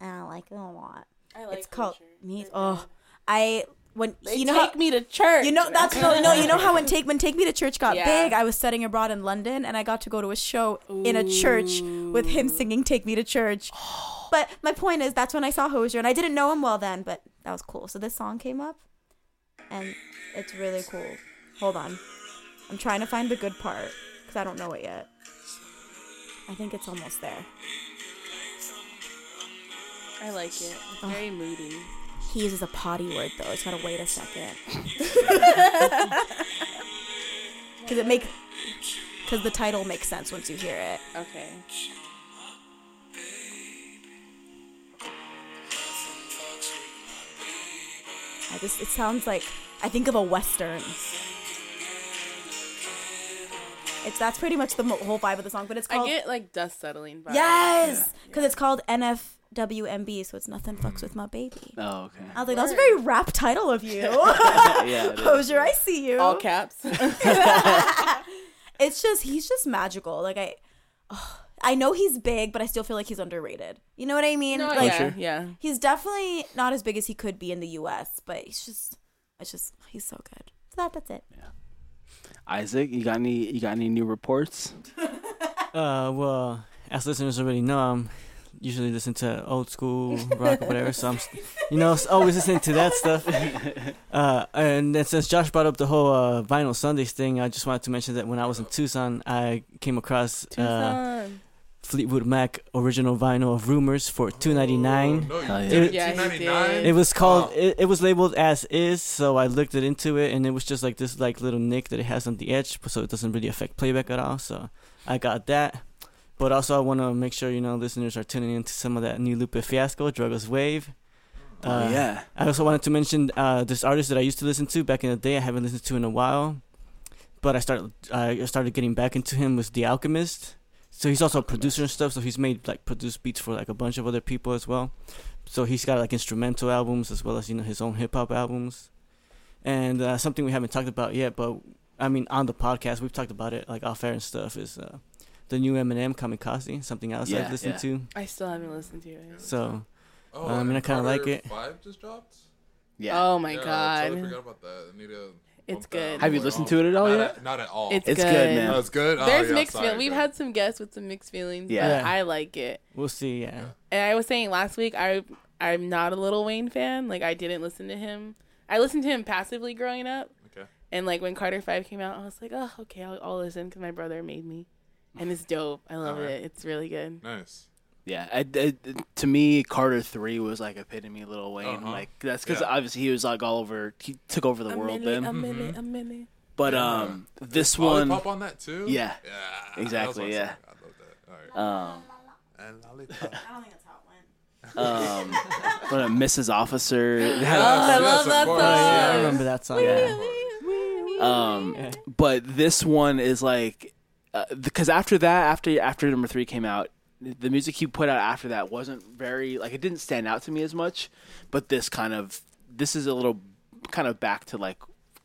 S3: and I like it a lot.
S2: I like
S3: it's called me. Oh, I when you know
S2: take
S3: how-
S2: me to church.
S3: you know that's no, no. You know how when take when take me to church got
S2: Yeah.
S3: big, I was studying abroad in London, and I got to go to a show in a church with him singing "Take Me to Church." But my point is, that's when I saw Hosier, and I didn't know him well then, but that was cool. So this song came up, and it's really cool. Hold on, I'm trying to find the good part because I don't know it yet. I think it's almost there.
S2: I like it.
S3: Oh.
S2: It's very moody.
S3: He uses a potty word though. It's gotta wait a second. Cause it make, cause the title makes sense once you hear it.
S2: Okay.
S3: I just it sounds like I think of a western. It's that's pretty much the mo- whole vibe of the song, but it's
S2: I
S3: called
S2: get like dust settling. By
S3: yes, because it's called NFWMB, so it's nothing fucks with my baby.
S1: Oh, okay.
S3: I was like, that was a very rap title of you.
S1: yeah. it is.
S3: Hosier, I see you.
S2: All caps.
S3: it's just he's just magical. Like I, oh, I know he's big, but I still feel like he's underrated. You know what I mean?
S2: No,
S3: like,
S2: yeah, Sure. yeah.
S3: He's definitely not as big as he could be in the U.S., but he's just, it's just he's so good. So that, that's it.
S1: Isaac, you got any? You got any new reports?
S6: Uh, well, as listeners already know, I'm usually listen to old school rock or whatever, so I'm, s- you know, s- always listening to that stuff. Uh, and then since Josh brought up the whole uh, vinyl Sundays thing, I just wanted to mention that when I was in Tucson, I came across uh,
S2: Tucson.
S6: Fleetwood Mac original vinyl of Rumors for two ninety nine.
S4: Oh, no, you
S2: Hell yeah.
S6: It,
S2: did. Yeah, he
S6: it
S2: $2.99?
S6: it was called. It, it was labeled as is, so I looked it into it, and it was just like this like little nick that it has on the edge, so it doesn't really affect playback at all. So I got that. But also, I want to make sure you know listeners are tuning into some of that new Lupe Fiasco, Drugos Wave.
S1: Oh,
S6: uh,
S1: yeah.
S6: I also wanted to mention uh, this artist that I used to listen to back in the day. I haven't listened to in a while, but I started I started getting back into him was The Alchemist. So he's also a producer and stuff. So he's made like produced beats for like a bunch of other people as well. So he's got like instrumental albums as well as you know his own hip hop albums, and uh, something we haven't talked about yet, but I mean on the podcast we've talked about it like off air and stuff is uh, the new Eminem Kamikaze, something else
S2: Yeah,
S6: I've listened
S2: yeah.
S6: to.
S2: I still haven't listened to it.
S6: So
S4: Oh,
S1: Um,
S6: I mean I kind of like it.
S4: Five just dropped.
S1: Yeah.
S2: Oh my
S4: Yeah, I
S2: god.
S4: totally forgot about that. I need to
S2: It's good.
S1: Have you listened to it at all
S4: Not
S1: yet?
S4: at- not at all.
S2: It's,
S1: It's
S2: good.
S1: good, man.
S4: Oh, it's good? Oh,
S2: There's
S4: yeah,
S2: mixed
S4: sorry,
S2: feelings. We've
S4: good.
S2: had some guests with some mixed feelings.
S1: Yeah.
S2: But I like it.
S6: We'll see. Yeah.
S2: And I was saying last week, I I'm not a Little Wayne fan. Like I didn't listen to him. I listened to him passively growing up.
S4: Okay.
S2: And like when Carter Five came out, I was like, oh, okay, I'll, I'll listen because my brother made me, and it's dope. I love
S1: Alright.
S2: it. It's really good.
S4: Nice.
S1: Yeah, I, I- to me, Carter Three was like epitome of Little Wayne.
S2: Uh-huh.
S1: Like that's because
S2: Yeah.
S1: obviously he was like all over. He took over the
S2: A
S1: world
S2: minute,
S1: then.
S2: a
S4: Mm-hmm.
S2: minute, a minute.
S1: But
S4: Yeah.
S1: um, this
S4: Did Ollie
S1: one.
S4: pop on that too?
S1: Yeah.
S4: Yeah, that was what I
S1: Exactly. Yeah.
S4: said. I love that.
S1: Um.
S4: And
S2: Oh,
S4: lollipop. I
S3: don't think that's how it went.
S1: um, what a Mrs. Officer. They had a-
S2: Oh, I love that song.
S6: I remember that song.
S1: Um, but this one is like, because after that, after after number three came out, the music he put out after that wasn't very like it didn't stand out to me as much. But this kind of this is a little kind of back to like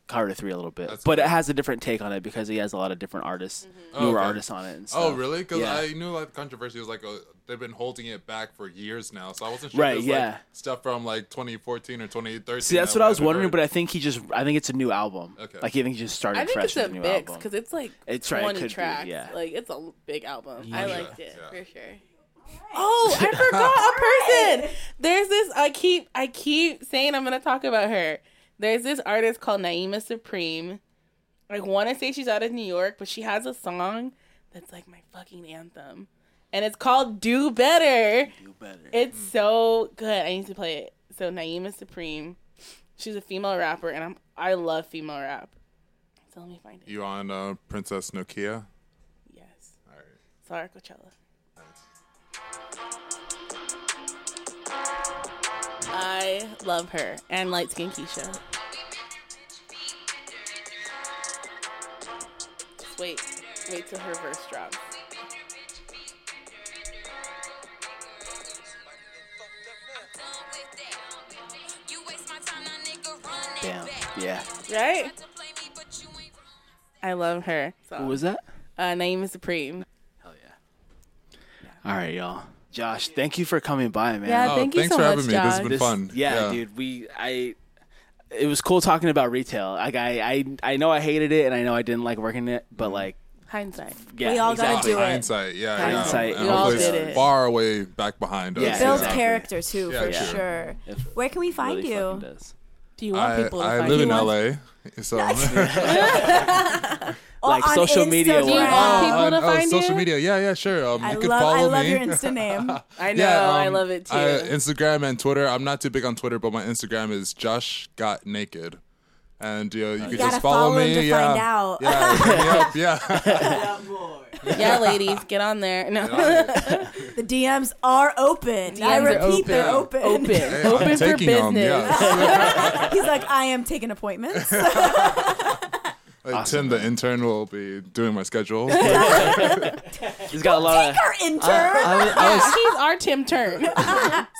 S1: Carter three a little bit, but it has a different take on it because he has a lot of different artists,
S2: Mm-hmm.
S1: newer
S4: Oh, okay.
S1: artists on it. And stuff.
S4: Oh, really? Because
S1: yeah.
S4: I knew like the controversy was like uh they've been holding it back for years now, so I wasn't sure.
S1: Right,
S4: if it was, Like,
S1: yeah.
S4: stuff from like 2014 or 2013.
S1: See, that's
S4: that
S1: what
S4: we
S1: I was
S4: haven't
S1: wondering,
S4: heard.
S1: but I think he just, I think it's a new album.
S4: Okay.
S1: Like, I think he just started
S2: I think
S1: fresh
S2: it's a
S1: with a new
S2: mix
S1: album.
S2: because it's like
S1: It's right, it
S2: 20
S1: could be,
S2: tracks.
S1: yeah.
S2: Like it's a l- big album. I
S1: Yeah.
S2: liked it for sure. Oh, I forgot a person. There's this. I keep I keep saying I'm gonna talk about her. There's this artist called Naima Supreme. I want to say she's out of New York, but she has a song that's like my fucking anthem, and it's called "Do Better."
S1: Do better. Mm.
S2: It's so good. I need to play it. So Naima Supreme, she's a female rapper, and I'm I love female rap. So let me find it.
S4: You on uh, Princess Nokia?
S2: Yes. Sorry, Coachella. I love her and light skin Keisha. Just wait, wait till her verse drops.
S1: Damn. Yeah.
S2: Right? I love her. So.
S1: Who was that?
S2: Uh, Naima Supreme.
S1: All right, y'all. Josh, thank you for coming by, man.
S2: Yeah, Oh, thank you thanks so for having much, me. This has been fun.
S1: Yeah,
S2: Yeah.
S1: dude. We I it was cool talking about retail. Like I, I I know I hated it and I know I didn't like working it, but like
S2: Hindsight.
S1: yeah, exactly.
S4: Hindsight, yeah, yeah.
S1: Hindsight.
S4: And
S1: We all
S4: hopefully
S1: did
S4: it's
S1: it.
S4: Far away back behind us.
S1: Yeah,
S3: It builds
S4: exactly.
S3: character too,
S4: Yeah,
S3: for
S4: yeah.
S3: sure. Where can we find
S4: really
S3: you?
S2: Do you
S4: I, I live in LA, so
S3: Oh,
S1: Like, on social media Instagram. wise.
S4: Oh,
S1: People
S4: on-
S1: to
S4: oh,
S1: find
S4: social
S1: you?
S4: media. Yeah, yeah, sure. Um,
S3: I
S4: you can
S3: love I
S4: follow
S3: love
S4: me.
S3: your Insta name.
S2: I
S4: Yeah, um,
S3: too.
S4: I- Instagram and Twitter. I'm not too big on Twitter, but my Instagram is Josh Got Naked, and uh, you can
S3: gotta
S4: just follow,
S3: follow
S4: me.
S3: him to
S4: yeah,
S3: find out.
S4: yeah, yep, yeah.
S2: yeah, ladies, get on there. No.
S3: The DMs are open. I
S8: DMs are
S3: repeat, they're
S8: open.
S3: open.
S8: Open. Hey, I'm Open for taking 'em, business.
S3: He's like, I am taking appointments.
S4: Like, Tim, the intern, will be doing my schedule.
S5: He's got a lot
S3: Take our intern.
S4: I- I was-
S2: He's our Tim Turn.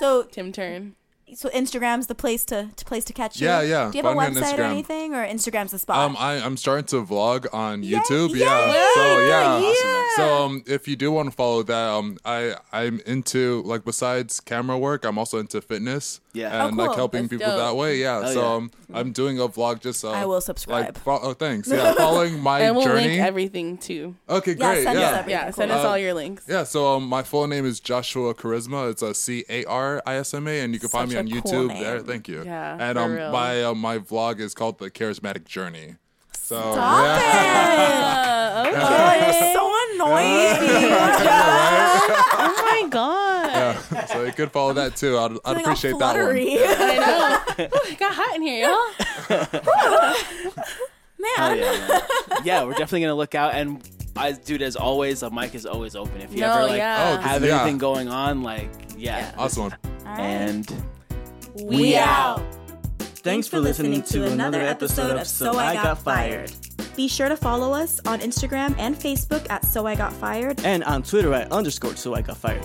S3: so
S2: Tim Turn.
S3: So Instagram's the place to, to place to catch you.
S4: Yeah, yeah.
S3: Do you have a
S4: Find me on
S3: website or
S4: Instagram.
S3: anything, or Instagram's the spot?
S4: Um, I, I'm starting to vlog on YouTube. Yeah. So yeah. So um, if you do want to follow that, um, I I'm into like besides camera work, I'm also into fitness.
S1: Yeah.
S3: Oh,
S4: And like
S3: cool.
S4: helping
S3: That's
S4: people
S3: dope.
S4: that way. Yeah.
S1: Oh,
S4: so
S1: yeah.
S4: um, I'm doing a vlog just. Uh,
S3: I will subscribe.
S4: Like, fo- oh, thanks. Yeah. Following my
S2: and we'll
S4: journey. Uh,
S2: link everything too.
S4: Okay, Yeah, great, send us yeah. everything.
S2: yeah, send us
S4: Cool.
S2: all your links.
S4: Yeah, so um, my full name is Joshua Charisma. It's a C A R I S M A, and you can find me
S2: Such
S4: on
S2: a cool
S4: YouTube.
S2: name.
S4: there, thank you.
S2: Yeah,
S4: and
S2: for
S4: um,
S2: real.
S4: my uh, my vlog is called the Charismatic Journey. So
S3: Stop
S2: it! Okay.
S3: Oh, so annoying.
S2: oh my god!
S4: yeah, so you could follow that too. I'd, I'd appreciate that one.
S3: Fluttery.
S2: I know. Oh, It got hot in here, y'all.
S1: Oh, yeah, man. yeah, we're definitely gonna look out. And I, dude, as always, the mic is always open. If you
S2: No,
S1: ever like
S2: yeah. Oh,
S1: have
S4: yeah.
S1: anything going on, like yeah,
S4: awesome.
S1: And
S2: We,
S3: out.
S6: Thanks for listening to another episode of So I Got Fired.
S3: Be sure to follow us on Instagram and Facebook at So I Got Fired.
S6: And on Twitter at underscore So I Got Fired.